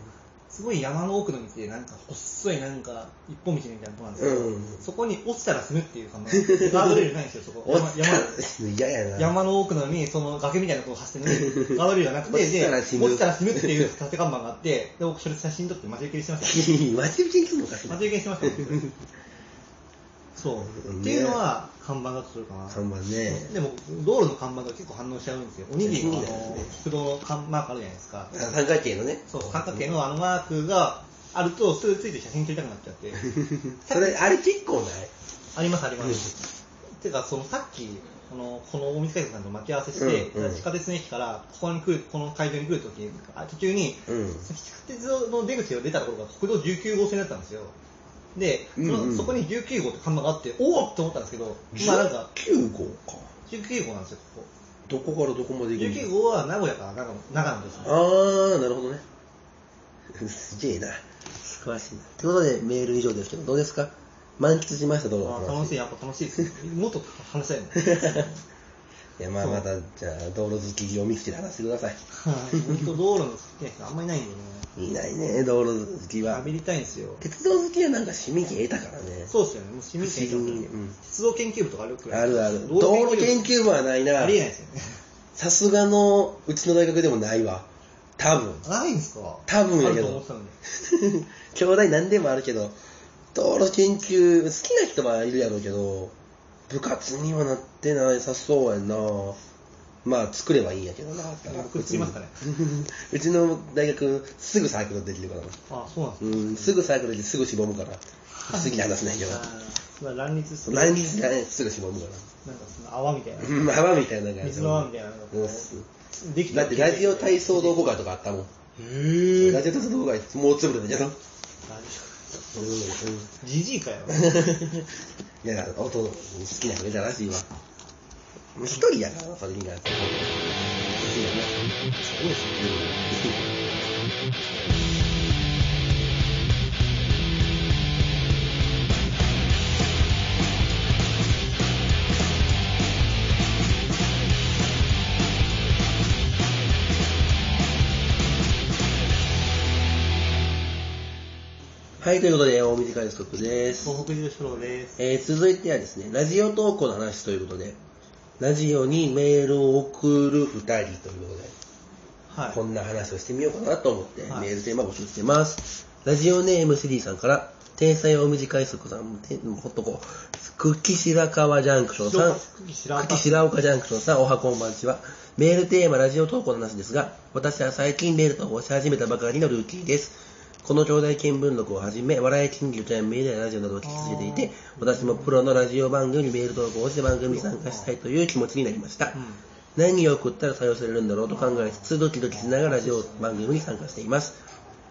Speaker 3: すごい山の奥の道で、なんか細いなんか一本道みたいなとこなんですけど、
Speaker 1: うん
Speaker 3: そこに落ちたら死ぬってい
Speaker 1: *laughs*
Speaker 3: う感じ、ガードレールないんですよ、そこ。
Speaker 1: おっ
Speaker 3: 山山
Speaker 1: 嫌や *laughs* な。
Speaker 3: 山の奥なのに、その崖みたいなとこ走ってる
Speaker 1: *laughs*
Speaker 3: のに、ガードレールがなくて、
Speaker 1: 落ちたら
Speaker 3: で
Speaker 1: 死ぬ
Speaker 3: 落ちたら死ぬっていう立て看板があって、で僕、それ写真撮って待ち受けにしてました。
Speaker 1: 待ち受けにするのか *laughs* しら
Speaker 3: 待ち受けにしてましたよ。
Speaker 1: *laughs*
Speaker 3: そう。
Speaker 1: うん
Speaker 3: っていうのは、看板だとするかな。
Speaker 1: 看板ね。
Speaker 3: でも、道路の看板が結構反応しちゃうんですよ。おにぎりのあ
Speaker 1: そうなん
Speaker 3: の
Speaker 1: ですね
Speaker 3: 国道の看マークあるじゃないですか。
Speaker 1: 三角形のね。
Speaker 3: そう、三角形のあのマークがあると、すぐついて写真撮りたくなっちゃ
Speaker 1: *laughs*
Speaker 3: って。
Speaker 1: *laughs* それ、あれ結構ない
Speaker 3: ありますあります。てか、そのさっき、あのこのお店会社さんと待ち合わせして、
Speaker 1: うんうん
Speaker 3: 地下鉄の駅からここに来る、この会場に来るとき、あ途中に、
Speaker 1: うん
Speaker 3: 地下鉄の出口を出たところが国道19号線だったんですよ。で、その
Speaker 1: うんうん
Speaker 3: そこに19号って看板があって、おおって思ったんですけど、まあなんか、
Speaker 1: 9号か。
Speaker 3: 19号なんですよ、ここ。
Speaker 1: どこからどこまで行く
Speaker 3: 19号は名古屋から長野長野ですね。
Speaker 1: あー、なるほどね。 *laughs* すげえな。詳しいな。ということで、メール以上ですけど、どうですか満喫しました、どう
Speaker 3: あー楽しい、やっぱ楽しいですね。もっと
Speaker 1: *laughs*
Speaker 3: 話したいの。
Speaker 1: いや、まあ、また、じゃあ、道路好きを見つけて話してください。
Speaker 3: 本当道路の好きな人あんまりいないんでね。
Speaker 1: いないね、道路好きは
Speaker 3: 喋。りたいんですよ。
Speaker 1: 鉄道好きはなんか市民権得たからね。
Speaker 3: そうですよね。もう市民権
Speaker 1: 不思議にうん
Speaker 3: 鉄道研究部とかあるくらい。
Speaker 1: あるある。道路研
Speaker 3: 部
Speaker 1: 究部はないな
Speaker 3: あり。えないですよね。
Speaker 1: さすがの、うちの大学でもないわ。多分。 *laughs*
Speaker 3: ないんですか
Speaker 1: 多分やけ
Speaker 3: あると思
Speaker 1: ど
Speaker 3: ってたのに。
Speaker 1: 兄弟何でもあるけど、道路研究、好きな人はいるやろうけど、部活にはなってなさそうやんな。まあ、作ればいいんやけどな。
Speaker 3: 僕作りますかね。
Speaker 1: *laughs* うちの大学、すぐサークルできるから。
Speaker 3: あ、そうなんですか。
Speaker 1: うん、すぐサークルですぐしぼむから。すぎな話ないけど。
Speaker 3: あーまあ乱立して、なん
Speaker 1: 何
Speaker 3: か
Speaker 1: 日かね、すぐしぼむか
Speaker 3: その泡みたいな。
Speaker 1: ら。うん泡みたいな感じ。
Speaker 3: 水の泡みたいなのがこ
Speaker 1: うん
Speaker 3: う。できて
Speaker 1: だってラジオ体操同好会とかあったもん。へラジオ体操動画、もうつぶるのじゃろ。う
Speaker 3: じじいかよ。
Speaker 1: ん。いや、音、好きな人いたらしいわ。一人やからな、それみんな。好きやな。そうですね。はい、ということで、大短いストップです。
Speaker 3: 東北女子プロです。
Speaker 1: えー続いてはですね、ラジオ投稿の話ということで、ラジオにメールを送る歌りということで、
Speaker 3: はい。
Speaker 1: こんな話をしてみようかなと思って、
Speaker 3: はい
Speaker 1: メールテーマ募集してます。ラジオネームシリーさんから、天才大短いスコさん、てもうほっとこう、久喜白川ジャンクションさん、
Speaker 3: 知らん
Speaker 1: 久喜白岡ジャンクションさん、おはこんばんちは。メールテーマ、ラジオ投稿の話ですが、私は最近メール投稿し始めたばかりのルーキーです。この兄弟見聞録をはじめ、笑い金魚ちゃんメールやラジオなどを聞き続けていて、私もプロのラジオ番組にメール投稿をして番組に参加したいという気持ちになりました。
Speaker 3: うん
Speaker 1: 何を送ったら採用されるんだろうと考えつつ、ドキドキしながらラジオ番組に参加しています。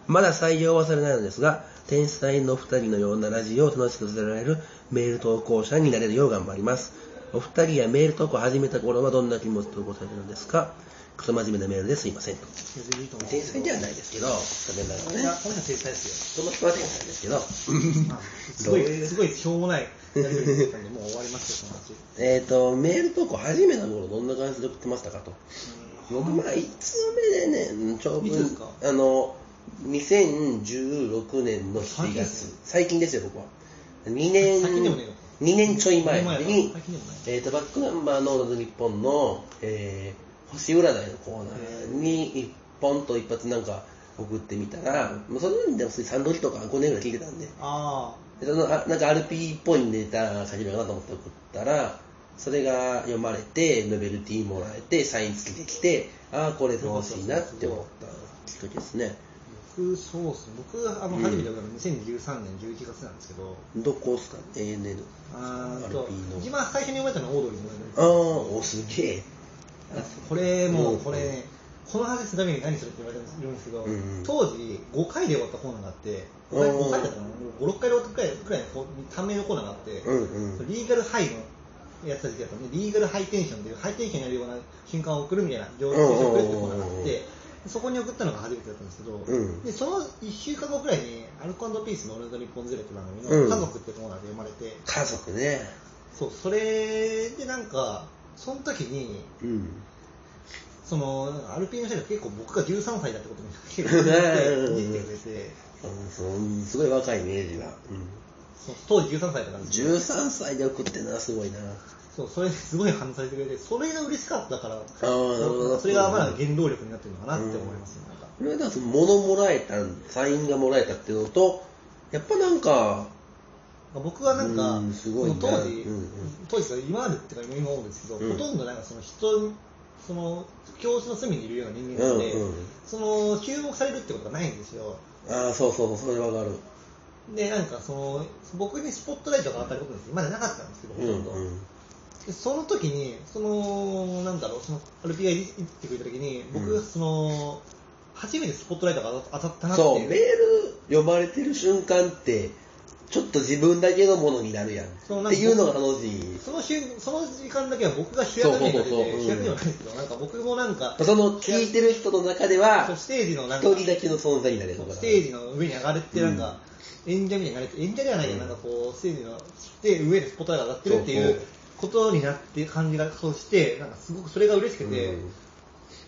Speaker 1: まだ採用はされないのですが、天才の二人のようなラジオを楽しく伝えられるメール投稿者になれるよう頑張ります。お二人やメール投稿を始めた頃はどんな気持ちで投稿されたのですかクソ真面目なメールですいません。
Speaker 3: 全然いいと思う
Speaker 1: 天才ではないですけど、残念ながら
Speaker 3: いや
Speaker 1: ね。
Speaker 3: こういうの天才です
Speaker 1: その人は天才ですけど。 *laughs*
Speaker 3: よ。すごい、すごい、しょうもないやりとりだったんで、もう終わりますよ、この話。
Speaker 1: えっと、メール投稿始めた頃どんな感じで送ってましたかと。僕、まあ、1通目でねうん、長
Speaker 3: いつですか
Speaker 1: あの、2016年の7月、最近ですよ、僕は。2年、
Speaker 3: 最近でもね
Speaker 1: 2年ちょい前
Speaker 3: 二年前だ
Speaker 1: に
Speaker 3: 最近でもね、
Speaker 1: えっ、と、バックナンバーのオールナイト日本の、えー、星占いのコーナーに1本と一発なんか送ってみたら、もうその時でも3時とか5年ぐらい聞いてたんで、
Speaker 3: あ
Speaker 1: でそのあなんか RP っぽいネタが書けるかなと思って送ったら、それが読まれて、ノベルティもらえて、サイン付きできて、ああ、これ楽しいなって思ったきっかけですね。
Speaker 3: あ、僕、そうっす。僕、あの、初めて読んだのは2013年11月なんですけど、
Speaker 1: どこですか ?ANN。
Speaker 3: あー
Speaker 1: RP
Speaker 3: と
Speaker 1: の、
Speaker 3: 一番最初に読まれたのはオードリーの
Speaker 1: ああ、おすげえ。
Speaker 3: これ
Speaker 1: う
Speaker 3: もうんこれねこの話するために何するって言われてるんですけど、
Speaker 1: うん
Speaker 3: 当時5回で終わったコーナーがあって5
Speaker 1: うん
Speaker 3: 回だったかな56回で終わったくらいくらいのこう短命のコーナーがあって、
Speaker 1: うんうん
Speaker 3: リーガルハイのやつだけだったんでリーガルハイテンションっていうハイテンションになるような瞬間を送るみたいな情報を送るっていうコーナーがあっ
Speaker 1: うんうんうん
Speaker 3: てそこに送ったのが初めてだったんですけど、
Speaker 1: うん
Speaker 3: でその1週間後くらいにアルコピースの「オールナイトニッポンゼロって番組の
Speaker 1: うん
Speaker 3: 「家族」ってコーナーで読まれて、
Speaker 1: 家族ね。
Speaker 3: そうそれでなんかその時に
Speaker 1: うん。
Speaker 3: そのアルピーの人が結構僕が13歳だってことに結構
Speaker 1: うん
Speaker 3: 見てくれて、
Speaker 1: うんそうすごい若いイメージが。うん
Speaker 3: そう当時13歳だったんですよ。
Speaker 1: 13歳で送ってんな、すごいな。
Speaker 3: そう、それすごい反応されてくれて、それが嬉しかったから、
Speaker 1: なるほど
Speaker 3: それがまだ原動力になってるのかなって思いますね、なんか。
Speaker 1: これはだからその物もらえた、サインがもらえたっていうのと、やっぱなんか、
Speaker 3: 僕はなんか、
Speaker 1: うんすごいね
Speaker 3: その当時、
Speaker 1: うんうん
Speaker 3: 当時とか今までっていうか今思うんですけど、
Speaker 1: うん
Speaker 3: ほとんどなんかその人、その教室の隅にいるような人間なので、
Speaker 1: うんうん
Speaker 3: その注目されるってことがないんですよ。
Speaker 1: ああ、そうそう、それわかる。
Speaker 3: で、なんかその、僕にスポットライトが当たることです今までなかったんですけど、ほ
Speaker 1: う
Speaker 3: と
Speaker 1: ん
Speaker 3: んど。
Speaker 1: うん。
Speaker 3: でその時に、その、なんだろう、その、アルピが言ってくれた時に、僕、
Speaker 1: うん
Speaker 3: その、初めてスポットライトが当たったなって
Speaker 1: そう、メー
Speaker 3: いう。
Speaker 1: ル読まれてる瞬間って、ちょっと自分だけのものになるやん。
Speaker 3: そうなん
Speaker 1: っ
Speaker 3: か
Speaker 1: ていうのが楽しい。
Speaker 3: その瞬、その時間だけは僕が主役になっ
Speaker 1: そう
Speaker 3: てて、
Speaker 1: そうそうそう
Speaker 3: 主役ではないですけど、なんか僕もなんか、
Speaker 1: その聞いてる人の中では
Speaker 3: そう、ステージのなんか、
Speaker 1: 一人だけの存在になれる
Speaker 3: そう
Speaker 1: から。
Speaker 3: ステージの上に上がるって、なんか、演者みたいになれて、演者ではないけど、なんかこう、ステージの、で、上でスポットライトが当たってるってい
Speaker 1: そう
Speaker 3: う
Speaker 1: そう
Speaker 3: ことになって、感じが、そうして、なんかすごくそれが嬉しくて、
Speaker 1: うん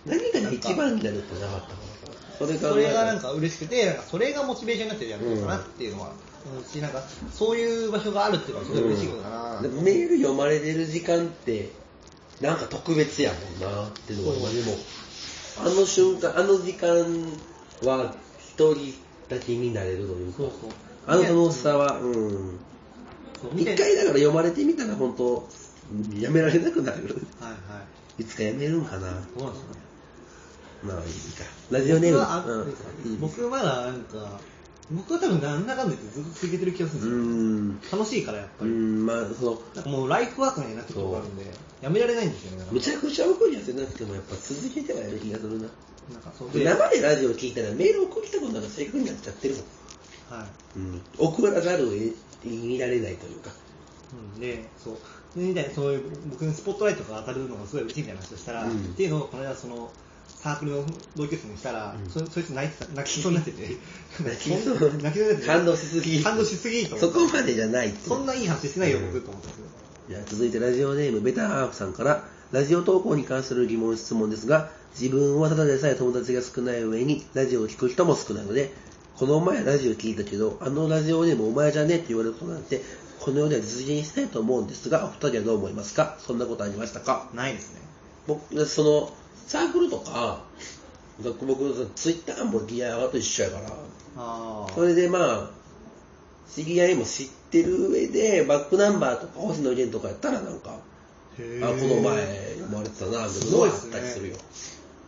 Speaker 1: 何かが一番になるってなかったから。それが、
Speaker 3: それがなんか嬉しくて、なんかそれがモチベーションになってるやつかな
Speaker 1: うん
Speaker 3: っていうのは、うん、し、なんかそういう場所があるっていうのはすごい嬉しいことかな。
Speaker 1: でメール読まれてる時間って、なんか特別やもんなっていうのが今でも、あの瞬間、あの時間は一人だけになれるというか、
Speaker 3: そうそう
Speaker 1: あの楽しさは、うん。
Speaker 3: そう見
Speaker 1: 一
Speaker 3: て
Speaker 1: 回だから読まれてみたら本当、やめられなくなる。
Speaker 3: はいはい。
Speaker 1: いつかやめるんかな。
Speaker 3: そうなんですね。
Speaker 1: まあいいか。ラジオネーム
Speaker 3: 僕はあ、
Speaker 1: うん
Speaker 3: 僕まだなんか、僕は多分なんだかんだ言ってずっと続けてる気がするん
Speaker 1: う
Speaker 3: ですよ、
Speaker 1: ん
Speaker 3: 楽しいからやっ
Speaker 1: う
Speaker 3: ぱり、
Speaker 1: んまあその
Speaker 3: なんかもうライフワークになってくるとこあるんでやめられないんですよねなんか
Speaker 1: むちゃくちゃ怒りはせなくてもやっぱ続けてはいる気がするな
Speaker 3: なんかそうで、はい、
Speaker 1: 生でラジオ聞いたらメール送ったことなんか正確になっちゃってるもんうん、送らざるを得見られないというか、
Speaker 3: うん、で、そう、でみたいな、そういう、僕にスポットライトが当たるのがすごい嬉しいみたいな話をしたら、
Speaker 1: うん
Speaker 3: っていうのを、この間、その、サークルの同級生にしたら、
Speaker 1: うん
Speaker 3: そそいつ泣いてた、泣きそうになってて、
Speaker 1: 泣きそう
Speaker 3: 泣きそうになってて、
Speaker 1: 感動しすぎ
Speaker 3: 感動しすぎと思
Speaker 1: そ
Speaker 3: って
Speaker 1: こまでじゃないって
Speaker 3: そんないい話してないよ、僕、
Speaker 1: うん
Speaker 3: と思ったんですよ。
Speaker 1: じゃあ続いてラジオネームベターハーフさんからラジオ投稿に関する疑問質問ですが自分はただでさえ友達が少ない上にラジオを聞く人も少ないのでこの前ラジオ聞いたけどあのラジオネームお前じゃねえって言われることなんてこの世では実現したいと思うんですがお二人はどう思いますかそんなことありましたか
Speaker 3: ないですね。
Speaker 1: 僕そのサークルとか僕僕ツイッターもギアと一緒やから
Speaker 3: あ
Speaker 1: それでまあ、知り合いも知ってる上で、バックナンバーとか星野源とかやったらなんか、あ、
Speaker 3: へ
Speaker 1: こ
Speaker 3: ー
Speaker 1: の前読まれてたな、みたい
Speaker 3: す
Speaker 1: なの
Speaker 3: ご
Speaker 1: が
Speaker 3: い
Speaker 1: あ
Speaker 3: で
Speaker 1: っ
Speaker 3: すね
Speaker 1: たりするよ。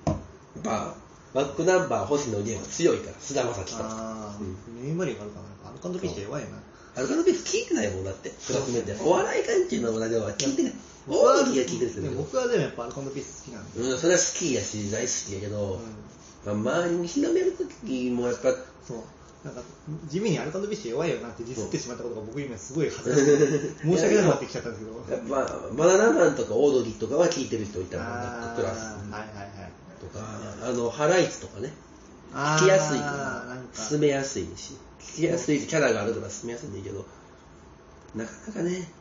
Speaker 1: やっぱ、バックナンバー星野源は強いから、菅田将暉とか。
Speaker 3: あ
Speaker 1: う
Speaker 3: ー、ネイマリがあるかな。あの監督して弱いな。
Speaker 1: アルカノベース聞いてないもんだって、クラスメートやお笑い関係のラジオは聞いてない。大喜利が聞いてるんです
Speaker 3: で
Speaker 1: よ
Speaker 3: も僕はでもやっぱアルコンドピース好きなんで。
Speaker 1: うん、それは好きやし、大好きやけど、まあ、周りに広めるときもやっぱ、
Speaker 3: そう。なんか、地味にアルコンドビッシュ弱いよなってディスってしまったことが僕今すごい *laughs* 恥ずかしい。申し訳なくなってきちゃったんですけど。
Speaker 1: やっぱバナナマンとかオードリーとかは聞いてる人いたもん
Speaker 3: あ
Speaker 1: ね、
Speaker 3: ー
Speaker 1: クラス。
Speaker 3: はいはいはい。
Speaker 1: とか、あの、ハライチとかね、
Speaker 3: あー
Speaker 1: 聞きやすい
Speaker 3: な
Speaker 1: か
Speaker 3: ん
Speaker 1: ら、
Speaker 3: か
Speaker 1: 進めやすいし、聞きやすいし、キャラがあるから進めやすいんだけど、なかなかね、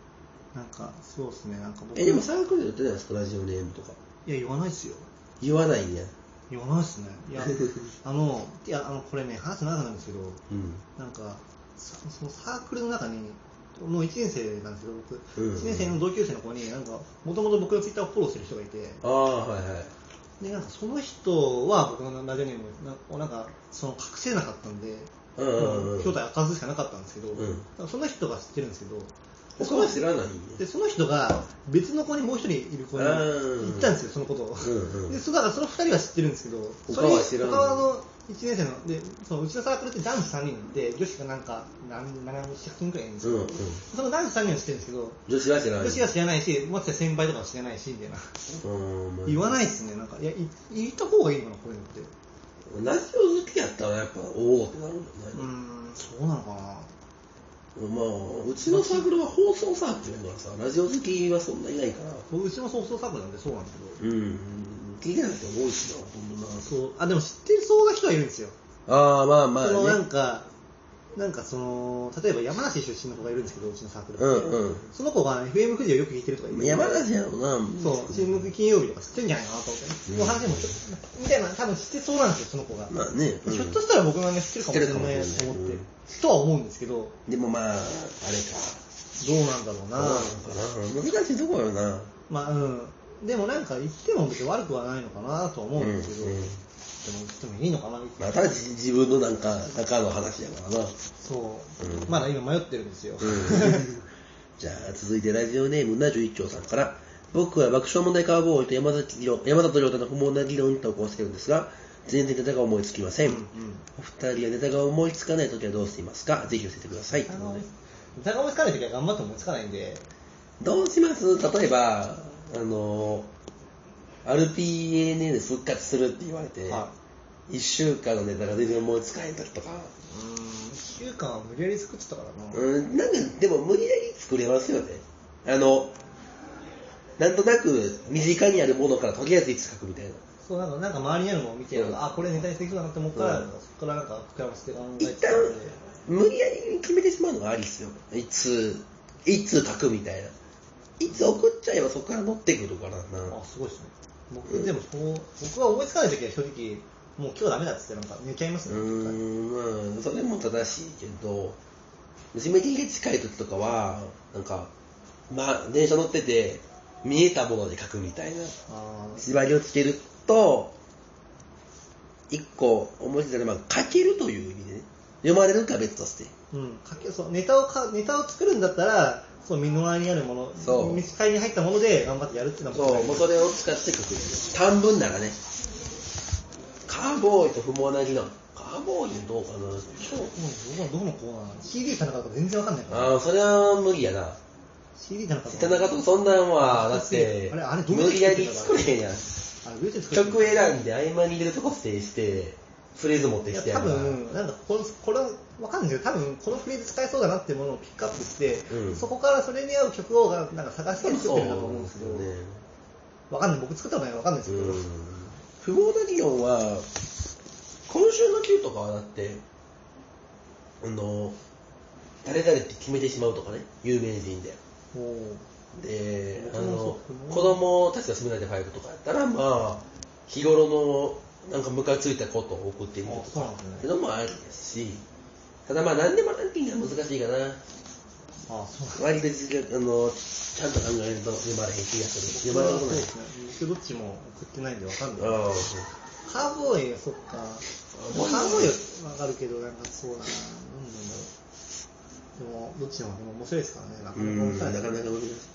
Speaker 3: なんか、そうですね、なんか僕。
Speaker 1: え、でもサークルで言ってないですか、ラジオネームとか。
Speaker 3: いや、言わないっすよ。
Speaker 1: 言わないんや。
Speaker 3: 言わないっすね。いや、 *laughs* あの、いや、あの、これね、話の中なんですけど、
Speaker 1: うん。
Speaker 3: なんか、そそのサークルの中に、もう1年生なんですけど、僕、
Speaker 1: うんうん
Speaker 3: 1年生の同級生の子に、なんか、もともと僕のツイッターをフォローしてる人がいて、
Speaker 1: ああ、はいはい。
Speaker 3: で、なんかその人は僕のラジオネームをななんか、その隠せなかったんで、
Speaker 1: うんうんうん
Speaker 3: 正体明かすしかなかったんですけど、
Speaker 1: うん
Speaker 3: だからその人が知ってるんですけど、
Speaker 1: 他は知らないんや。
Speaker 3: でその人が別の子にもう一人いる子に
Speaker 1: あー
Speaker 3: 言ったんですよ、そのことを。
Speaker 1: うんうん
Speaker 3: でそだからその二人は知ってるんですけど、
Speaker 1: 他は知らない
Speaker 3: それ他の1年生の、でそのうちのサークルって男子3人で、女子がなんか、何7、7人くらいいるんですけど、
Speaker 1: うんうん
Speaker 3: その男子3人は知ってるんですけど、
Speaker 1: 女子は知らない。
Speaker 3: 女子は知らないし、もしかしたら先輩とかは知らないし、みたいな。
Speaker 1: うんまあ
Speaker 3: 言わないですね、なんか、いや、い言った方がいいのかな、こういうのって。
Speaker 1: ラジオ好きやったらやっぱ、おおってなるよね。
Speaker 3: うーん、そうなのかな。
Speaker 1: まあ、うちのサークルは放送サークルだからさ、ラジオ好きはそんないないから、
Speaker 3: 僕うちのソースサークルなんでそうなんですけど、
Speaker 1: うん。聞いてない人多いしな、ほんまな。
Speaker 3: そう、あ、でも知ってそうな人はいるんですよ。
Speaker 1: ああ、まあまあ、
Speaker 3: そ
Speaker 1: ね。
Speaker 3: のなんか、なんかその、例えば山梨出身の子がいるんですけど、うちのサークルで
Speaker 1: うんうん
Speaker 3: その子が FM 富士をよく聞いてるとか言って
Speaker 1: 山梨やろな。
Speaker 3: そう、新聞金曜日とか知ってんじゃないかなと思って、
Speaker 1: うん
Speaker 3: もう話もちょっと、みたいな、多分知ってそうなんですよ、その子が。
Speaker 1: まあね。うん
Speaker 3: ひょっとしたら僕がね、知ってるかもしれない
Speaker 1: 知って
Speaker 3: と
Speaker 1: るかもしれない
Speaker 3: 思って、
Speaker 1: うん
Speaker 3: とは思うんですけど、ど
Speaker 1: でもまあ、あれか。
Speaker 3: うなんだろうな
Speaker 1: どうなのかな難しいとこよな。
Speaker 3: まあ、うん。でもなんか言っても別に悪くはないのかなとは思うんですけど、
Speaker 1: うんうん
Speaker 3: でも言ってもいいのかなみたいな
Speaker 1: まあ、ただ自自分のなんか、中の話やからな。
Speaker 3: そう、
Speaker 1: うん
Speaker 3: まだ今迷ってるんですよ。 *laughs*
Speaker 1: じゃあ、続いてラジオネーム71丁さんから、僕は爆笑問題カーボーイと山崎亮山里亮太の不毛な議論に投稿してるんですが、全然ネタが思いつきません。
Speaker 3: うんうん
Speaker 1: お二人はネタが思いつかないときはどうしていますかぜひ教えてください。
Speaker 3: あの、歌が思いつかないときは頑張っても思いつかないんで、
Speaker 1: どうします例えば、あの、RPNA で復活するって言われて、
Speaker 3: は
Speaker 1: 一1週間のネタが全然思いつかへん時とか、
Speaker 3: うん、一週間は無理やり作ってたからな。
Speaker 1: うん、なんかでも無理やり作れますよね。あの、なんとなく身近にあるものからとりあえずいつ書くみたいな。
Speaker 3: そうなんか、なんか周りにあるのを見て、
Speaker 1: うん
Speaker 3: あ、これネタにできそうだなって思ったら、
Speaker 1: うん
Speaker 3: そこからなんか膨らませて考え
Speaker 1: 一
Speaker 3: てた
Speaker 1: 旦
Speaker 3: んで、、
Speaker 1: 無理やり決めてしまうのがありですよ。いつ、いつ書くみたいな。いつ送っちゃえばそこから乗ってくるからな
Speaker 3: あ、。すごいですね。僕、でもそう、僕は思いつかないときは正直、もう今日ダメだっつって、なんか寝ちゃいます
Speaker 1: う
Speaker 3: ね。
Speaker 1: ーん、まあ、それも正しいけど、締め切りが近い時とかは、なんか、まあ、電車乗ってて、見えたもので書くみたいな、
Speaker 3: あー
Speaker 1: 縛りをつけると、一個思いついたら、まあ、書けるという意味でね、読まれるか別として。
Speaker 3: うん、かけそうネタをかネタを作るんだったら、そう身の回りにあるもの、
Speaker 1: そう
Speaker 3: 見つかりに入ったもので頑張ってやるっていうのも
Speaker 1: そう、もうそれを使って書く。短文ならね、カーボーイと不毛な議論。カーボーイどうかな
Speaker 3: 今日、もうどこのコーナー ?CD 田中とか全然わかんないから。
Speaker 1: ああ、それは無理やな。
Speaker 3: CD 田中とか。
Speaker 1: 田中とそんなんは、だって、
Speaker 3: あれあれどうやっ
Speaker 1: 無
Speaker 3: て
Speaker 1: 理やり作れへんやん。
Speaker 3: あれ、グーチェ作って
Speaker 1: 曲選んで合間に入れるとこ指定して、フレーズ持って
Speaker 3: い
Speaker 1: き
Speaker 3: や
Speaker 1: て
Speaker 3: 多
Speaker 1: やるから。
Speaker 3: 分、なんかこれ、これわかんないけど、多分このフレーズ使えそうだなってものをピックアップして、
Speaker 1: うん
Speaker 3: そこからそれに合う曲をなんか探して作ってるんだと思うんですけど、
Speaker 1: そう
Speaker 3: わ、
Speaker 1: ね。
Speaker 3: かんない、僕作ったことないからわかんないですけど、
Speaker 1: うん。不毛な議論は、今週の Q とかはだって、あの、誰々って決めてしまうとかね、有名人で。
Speaker 3: もう
Speaker 1: で、あ
Speaker 3: 僕も
Speaker 1: の
Speaker 3: そうですね
Speaker 1: 子供たちが住めないで5とかやったら、まあ、日頃のなんかムカついたことを送ってみる
Speaker 3: あ
Speaker 1: と
Speaker 3: そう
Speaker 1: か
Speaker 3: なんで
Speaker 1: っ
Speaker 3: すね
Speaker 1: てのもありですし、ただまあ、何でもランキングは難しいかな、
Speaker 3: あそう
Speaker 1: 割と実力あのちゃんと考えると読まれへん気がする、読
Speaker 3: 僕
Speaker 1: まれ
Speaker 3: は
Speaker 1: な
Speaker 3: そ
Speaker 1: く
Speaker 3: う
Speaker 1: な
Speaker 3: で
Speaker 1: い。
Speaker 3: すね。僕どっちも送ってないんでわかんない。
Speaker 1: ああ
Speaker 3: カーボーイ、そっか。でもカーボーイはわかるけど、なんかそうだな。なんなんだろう。でも、どっちも面白いですからね。なか
Speaker 1: うん、な
Speaker 3: な
Speaker 1: か
Speaker 3: か
Speaker 1: なか
Speaker 3: 面白い
Speaker 1: 難
Speaker 3: で
Speaker 1: し
Speaker 3: す。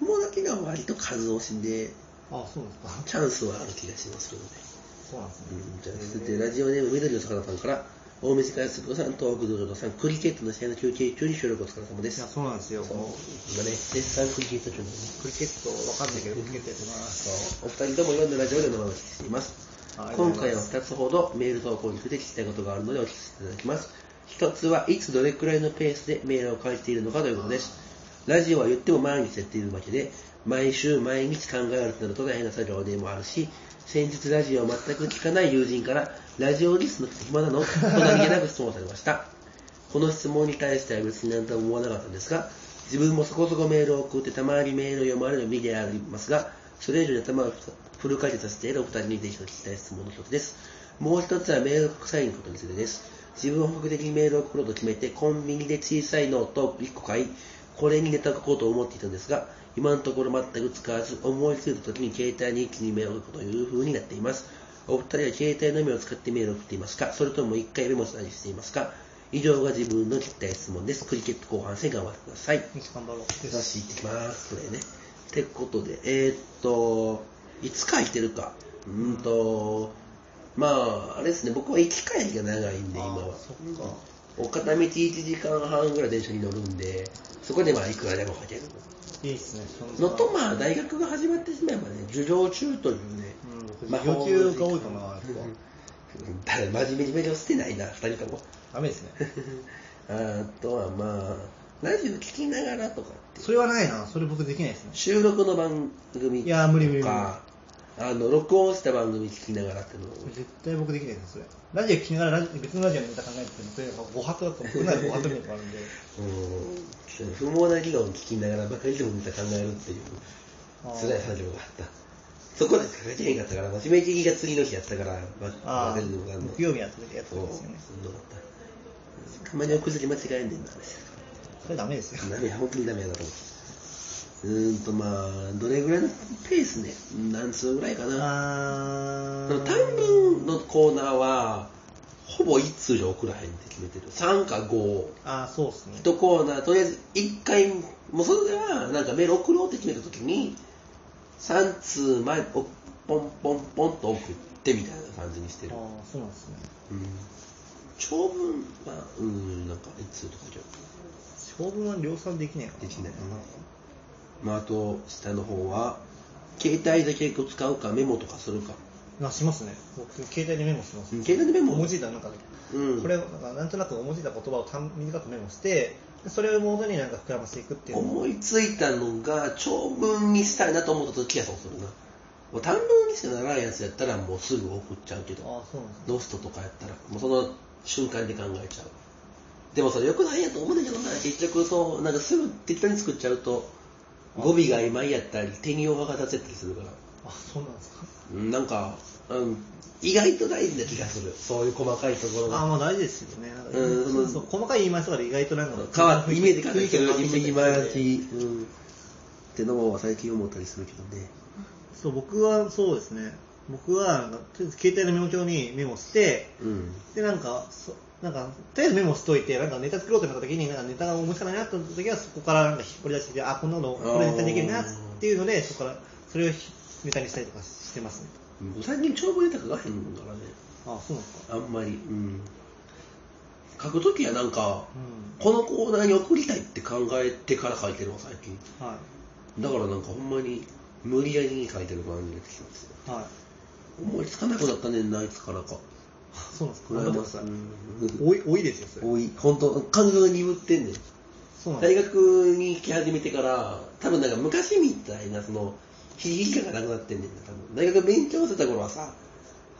Speaker 1: い。友達が割と数押しで、
Speaker 3: あ、そうなんですか。
Speaker 1: チャンスはある気がしますけどね。
Speaker 3: そうなんですね。
Speaker 1: うんじゃあ続いてラジオネーム緑の魚さんから大水からすぶさん東北道場のさんクリケットの試合の休憩中に収録お疲れ様で
Speaker 3: いや、
Speaker 1: す
Speaker 3: そうなんですよ。この
Speaker 1: 今ね絶賛クリケット中なんで
Speaker 3: クリケットわかんないけど、クリケットやってます。
Speaker 1: お二人ともいろんなラジオでお話ししています
Speaker 3: あありがとう
Speaker 1: 今
Speaker 3: ござい
Speaker 1: 回
Speaker 3: ま
Speaker 1: は
Speaker 3: す
Speaker 1: 2つほどメール投稿について聞きたいことがあるのでお聞かせていただきます1つはいつどれくらいのペースでメールを返しているのかということですラジオは言っても毎日やっているわけで毎週毎日考えるとなると大変な作業でもあるし先日ラジオを全く聞かない友人からラジオリスナーって暇なのと何気なく質問されましたこの質問に対しては別に何とも思わなかったんですが、自分もそこそこメールを送ってたまにメールを読まれる身でありますが、それ以上に頭をフル回転させているお二人にぜひと聞きたい質問の一つです。もう一つはメールを書く際のことについてです。自分は本格的にメールを送ろうと決めて、コンビニで小さいノートを1個買い、これにネタを書こうと思っていたんですが、今のところ全く使わず、思いついた時に携帯に一気にメールを書くという風になっています。お二人は携帯のみを使ってメールを送っていますかそれとも一回メモしたりしていますか以上が自分の聞きたい質問です。クリケット後半戦頑張ってください。
Speaker 3: よし、頑張ろう。
Speaker 1: 手差し行ってきます。これね。ってことで、えーっと、いつ書いてるか。うーんと、まあ、あれですね、僕は行き帰りが長いんで、今は
Speaker 3: あ。そっか。
Speaker 1: お片道1時間半ぐらい電車に乗るんで、そこでまあ、いくらでも書ける。
Speaker 3: いいですね。そ
Speaker 1: のと、
Speaker 3: ま
Speaker 1: まあ、大学が始まってしまえばね、授業中というね、
Speaker 3: うん、僕、
Speaker 1: まあ
Speaker 3: 要求が多いかな、やっぱ。
Speaker 1: だから真面目に勉強してないな、二人とも。
Speaker 3: ダメですね。
Speaker 1: あとはまあ、ラジオ聞きながらとかっていう
Speaker 3: それはないな。それ僕できないですね。
Speaker 1: 収録の番組
Speaker 3: いやー無理無理
Speaker 1: とか、あの、録音した番組聞きながらっていうのを
Speaker 3: 絶対僕できないですね、それ。ラジオ聞きながらラジ別のラジオのネタ考えてても、それが5発だと、僕なら5発目とか
Speaker 1: *laughs*
Speaker 3: あるんで、
Speaker 1: うんちょっと不毛な議論を聞きながらばかりでもネタ考えるっていう
Speaker 3: あー
Speaker 1: 辛い作業があった。そこで書けてへんかったから、真面目にが次の日やったから、ば
Speaker 3: あ
Speaker 1: ばかりでも
Speaker 3: あ、
Speaker 1: んの
Speaker 3: 木曜日やってるやつ
Speaker 1: そう、
Speaker 3: ですよね。
Speaker 1: そんなのあった。たまにお薬間違えんねんな、あれ。
Speaker 3: それダメですよ。
Speaker 1: ダメや、本当にダメやなと思って。うーんとまあ、どれぐらいのペースね、何通ぐらいかな。
Speaker 3: あ
Speaker 1: その短文のコーナーは、ほぼ1通じゃ送らへんって決めてる。3か5。
Speaker 3: あー、そうですね。
Speaker 1: 1コーナー、とりあえず1回、もうそれでは、なんかメール送ろうって決めた時に、3通前、おポンポンポンと送ってみたいな感じにしてる
Speaker 3: あ。あ、そうなんですね。
Speaker 1: うん、長文は、うん、なんか1通とかじゃ
Speaker 3: 長文は量産できないかな。
Speaker 1: できないまあ、あと下の方は携帯で結構使うかメモとかするか
Speaker 3: あ、しますね。僕、携帯でメモします。
Speaker 1: うん携帯でメモ
Speaker 3: 文字だ、なんか、
Speaker 1: うん
Speaker 3: これをなんかなんとなく文字だ言葉を短短くメモして、でそれを元になんか膨らませていくっていうのを。
Speaker 1: 思いついたのが長文にしたいなと思った時はそうするなもう短文にしかならんやつやったらもうすぐ送っちゃうけど
Speaker 3: ああ、そうなんですね。
Speaker 1: ロストとかやったらもうその瞬間で考えちゃうでもそれ良くないやと思うんだけどな結局そうなんかすぐ適当に作っちゃうと語尾が曖昧やったり手に弱が立てたりするから
Speaker 3: あ、そうなんですか。
Speaker 1: うんなんか、うん、意外と大事な気がする。そういう細かいところ
Speaker 3: ああ、
Speaker 1: が。
Speaker 3: まあ大事ですよね。なんか
Speaker 1: うん
Speaker 3: そうそう細かい言い回しとかで意外となんか、
Speaker 1: 変わって、イメージ変わっ
Speaker 3: 雰
Speaker 1: て
Speaker 3: 囲気が変わってきたり
Speaker 1: 右
Speaker 3: して
Speaker 1: 回し、うん。ってのは最近思ったりするけどね。
Speaker 3: そう、僕はそうですね。僕は、なんかとりあえず携帯のメモ帳にメモして、
Speaker 1: うん。
Speaker 3: で、なんか、そなんか、とりあえずメモしといて、なんかネタ作ろうとなった時に、なんかネタが思いつかないなと思った時は、そこからなんか引っ張り出してきて、あ、こんなの、これ絶対できるなっていうので、そこから、それをひネタにしたりとかしてますね。
Speaker 1: 最近長文ネタ書かへんからね。
Speaker 3: あ、そうなんですか。
Speaker 1: あんまり、うん。書くときはなんか、
Speaker 3: う
Speaker 1: このコーナーに送りたいって考えてから書いてるわ、最近。
Speaker 3: ん。は
Speaker 1: だからなんかほんまに、無理やりに書いてる感じになってきてます。
Speaker 3: い。はい。
Speaker 1: 思いつかなくなったねんな、いつからか。
Speaker 3: そうなんですか。
Speaker 1: 羨
Speaker 3: 頑張って
Speaker 1: ま
Speaker 3: くだ
Speaker 1: しい
Speaker 3: さい。
Speaker 1: うん
Speaker 3: 多い、多いですよ、それ。
Speaker 1: 多い。本当感覚が鈍ってんねん。
Speaker 3: そうなんで
Speaker 1: 大
Speaker 3: す
Speaker 1: 学に来始めてから、多分なんか昔みたいな、その、ひじき感がなくなってんねんな、多分。大学勉強してた頃はさ、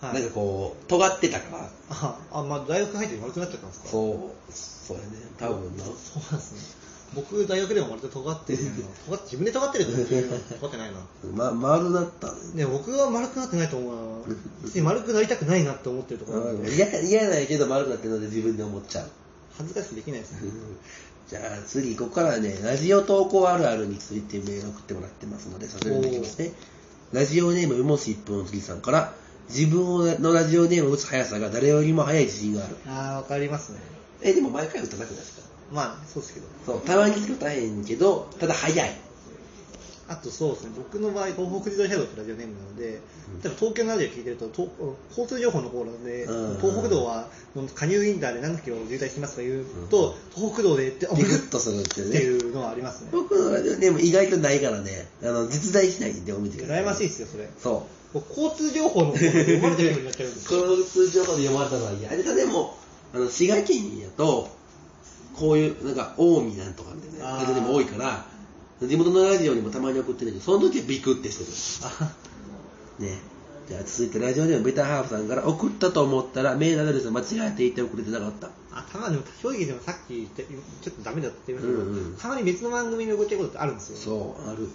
Speaker 3: はい。
Speaker 1: なんかこう、尖ってたから、
Speaker 3: あ、あ、まあ、大学入って悪くなっちゃったんですか
Speaker 1: そう、そうやね、多分な。
Speaker 3: そうなんですね。僕、大学でも割と尖ってるの。尖って自分で尖ってると思ってる尖ってないな。
Speaker 1: ま、丸なったね。
Speaker 3: ね、僕は丸くなってないと思うな。別に丸くなりたくないなって思ってるところなんで、
Speaker 1: 嫌嫌ないけど丸くなってるので自分で思っちゃう。
Speaker 3: 恥ずかしくできないです
Speaker 1: う
Speaker 3: ね。
Speaker 1: んじゃあ次、ここからはね、ラジオ投稿あるあるについてメール送ってもらってますので、させていただきますね。ラジオネーム、うもし一分の次さんから、自分のラジオネームを打つ速さが誰よりも速い自信がある。
Speaker 3: あー、わかりますね。
Speaker 1: え、でも毎回打たなくないですか
Speaker 3: まあ、そうですけど。
Speaker 1: そう、たまに打たへんけど、ただ速い。
Speaker 3: あとそうですね、僕の場合、東北自動車道ってラジオネームなので、多分東京のラジオ聞いてると、東交通情報のコーナーで、
Speaker 1: うん
Speaker 3: 東北道は加入インターで何キロ渋滞しますとか言うと、東北道でって、あ
Speaker 1: ビクッとするって
Speaker 3: っ
Speaker 1: いうね。
Speaker 3: ていうのはありますね。
Speaker 1: 僕のラジオネーム意外とないからね、あの、実在しないんでお見てください。
Speaker 3: 羨ましいですよ、それ。
Speaker 1: そう。
Speaker 3: 僕交通情報のコーナーで読まれてるようになっちゃうんですよ。
Speaker 1: この通常報で読まれたのは嫌。ででも、あの、滋賀県やと、こういう、なんか、近江なんとかってね、
Speaker 3: あー
Speaker 1: ラジオでも多いから、地元のラジオにもたまに送ってるけど、その時はビクってして
Speaker 3: *laughs* あ
Speaker 1: る。ね。じゃあ続いてラジオでもベターハーフさんから送ったと思ったらメールアドレス間違えていて送れてなかった。
Speaker 3: 頭でも、正直でもさっき言ってちょっとダメだって言いましたけど、
Speaker 1: うんうん
Speaker 3: たまに別の番組に送ってることってあるんですよ。
Speaker 1: そう、ある。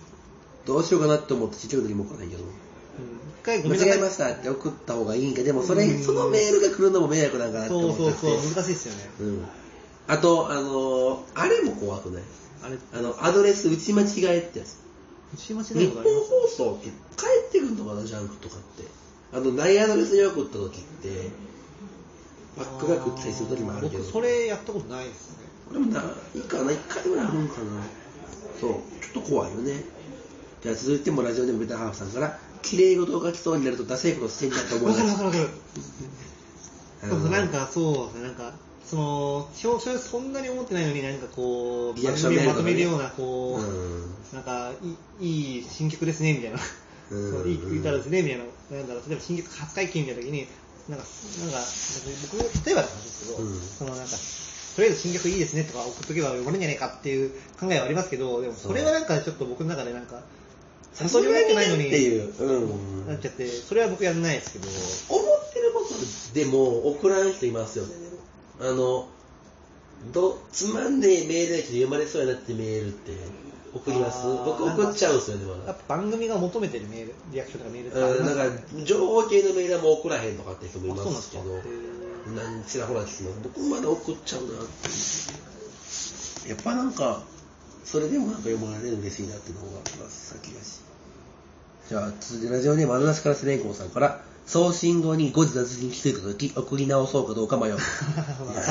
Speaker 1: どうしようかなって思ってちっちゃい時にも送らないけど。
Speaker 3: うん一回ごめんな
Speaker 1: 間違
Speaker 3: さ
Speaker 1: え
Speaker 3: い。
Speaker 1: ましたって送った方がいいんか、でもそれ、
Speaker 3: うん
Speaker 1: そのメールが来るのも迷惑なんかなって
Speaker 3: そ
Speaker 1: 思
Speaker 3: う
Speaker 1: った
Speaker 3: そう
Speaker 1: りして
Speaker 3: そう、難しいですよね。
Speaker 1: うん。あと、あのーあれも怖くない
Speaker 3: あれ、
Speaker 1: あの、アドレス打ち間違えってやつ。
Speaker 3: 牛町で
Speaker 1: 日
Speaker 3: も
Speaker 1: 本
Speaker 3: ございます。
Speaker 1: 放送って帰ってくんのかな、ジャンクとかって。あの、内アドレスに送った時って、バックが食ったりする時もあるけど。
Speaker 3: 僕それやったことないですね
Speaker 1: 俺もないかな、一回ぐらいあるんかな。そう、ちょっと怖いよね。じゃあ続いてもラジオでもベターハーフさんから、綺麗事を書きそうになるとダセいことしてんだと思
Speaker 3: わ
Speaker 1: い
Speaker 3: か
Speaker 1: 出
Speaker 3: るわ
Speaker 1: す
Speaker 3: か。るわかる
Speaker 1: あ
Speaker 3: で
Speaker 1: の
Speaker 3: もなんかそうですねなんかその少々そんなに思ってないのになんかこう
Speaker 1: リアク
Speaker 3: 番
Speaker 1: ション
Speaker 3: 組を
Speaker 1: メールと
Speaker 3: まと
Speaker 1: かね
Speaker 3: めるようなこう、
Speaker 1: うん
Speaker 3: なんかいいいい新曲ですねみたいな、
Speaker 1: うん
Speaker 3: そういい歌ですねみたいななんだろう例えば新曲初解禁みたいな時になんかなんか僕例えばの話ですけど、
Speaker 1: うん
Speaker 3: そのなんかとりあえず新曲いいですねとか送っとけば読まれるんじゃないかっていう考えはありますけどでもそれはなんかちょっと僕の中でなんか
Speaker 1: さ
Speaker 3: そ
Speaker 1: す
Speaker 3: れ
Speaker 1: が
Speaker 3: は
Speaker 1: に
Speaker 3: て
Speaker 1: な
Speaker 3: ないの
Speaker 1: っ
Speaker 3: に
Speaker 1: ていう。うん。
Speaker 3: なっちゃって、それは僕やんないですけど、
Speaker 1: 思ってることでも送らん人いますよね、でもあの、ど、つまんねえメールやけど読まれそうやなってメールって送ります
Speaker 3: あー
Speaker 1: 僕送っちゃうんですよね、ま
Speaker 3: や
Speaker 1: だ
Speaker 3: っ。ぱ番組が求めてるメール、リアクションとかメールとかあり
Speaker 1: う
Speaker 3: ま
Speaker 1: ん
Speaker 3: す
Speaker 1: な
Speaker 3: ね、
Speaker 1: んか、情報系のメールはもう送らへんとかって人もい
Speaker 3: あそうなん
Speaker 1: ま
Speaker 3: ですす
Speaker 1: け
Speaker 3: か
Speaker 1: ど、なんちらほら聞きます。僕まだ送っちゃうなっていう。やっぱなんか、それでもなんか読まれるの嬉しいなっていうのがあります、先だし。じゃあ、続いてラジオネーム、あのなしからセレンコンさんから、送信後に誤字脱字に気づいたとき、送り直そうかどうか迷う。
Speaker 3: *laughs* わか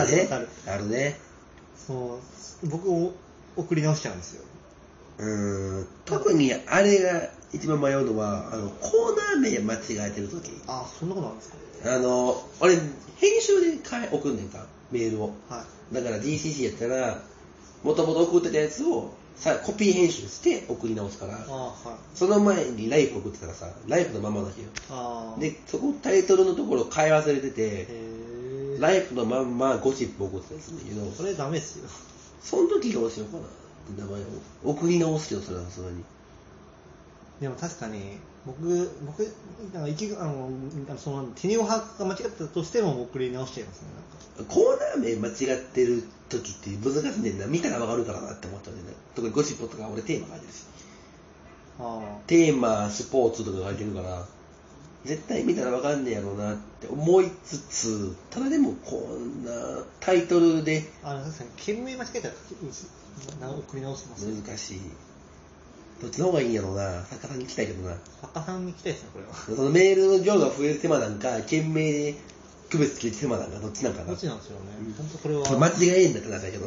Speaker 3: るわかる
Speaker 1: あるね。
Speaker 3: そう僕を送り直しちゃうんですよ。
Speaker 1: うーん、特にあれが一番迷うのは、あの、コーナー名間違えてるとき。
Speaker 3: あそんなことあるんです
Speaker 1: あの、俺、編集で変え送んねんか、メールを。
Speaker 3: か、はい、
Speaker 1: だから DCC やったら、もともと送ってたやつをさコピー編集して送り直すから
Speaker 3: あ、はい、
Speaker 1: その前にライフ送ってたらさ、ライフのままだけよ。
Speaker 3: あー
Speaker 1: で、そこタイトルのところ変え忘れて
Speaker 3: へ
Speaker 1: て、
Speaker 3: ー
Speaker 1: ライフのまんまゴシップ送ってたりするんだけど、
Speaker 3: それダメですよ。
Speaker 1: その時どうしようかなって名前を送り直すけど、それはさすがに。
Speaker 3: でも確かに、僕、僕、なんか息があの、あのその、手におはが間違ったとしても送り直しちゃいますね、なんか。
Speaker 1: コーナー名間違ってる時って難しいねんな。見たらわかるからなって思っちゃうんだよね。特にゴシップとか俺テーマ書いてるし。
Speaker 3: あ
Speaker 1: テーマ、スポーツとか書いてるから、絶対見たらわかんねえやろうなって思いつつ、ただでもこんなタイトルで
Speaker 3: ーあの確かに、件名間違えたら、うんな送り直します。
Speaker 1: 難しい。どっちの方がいいんやろうな。作家さんに聞きたいけどな。
Speaker 3: 作家さんに行きたいですね、これは。 *laughs*
Speaker 1: そのメールの量が増える手間なんか、件名で区別つける手間なんか、どっちなんかな
Speaker 3: どっ。ちなんですよね
Speaker 1: うん。
Speaker 3: 本当それは。
Speaker 1: 間違えんだってなったけど。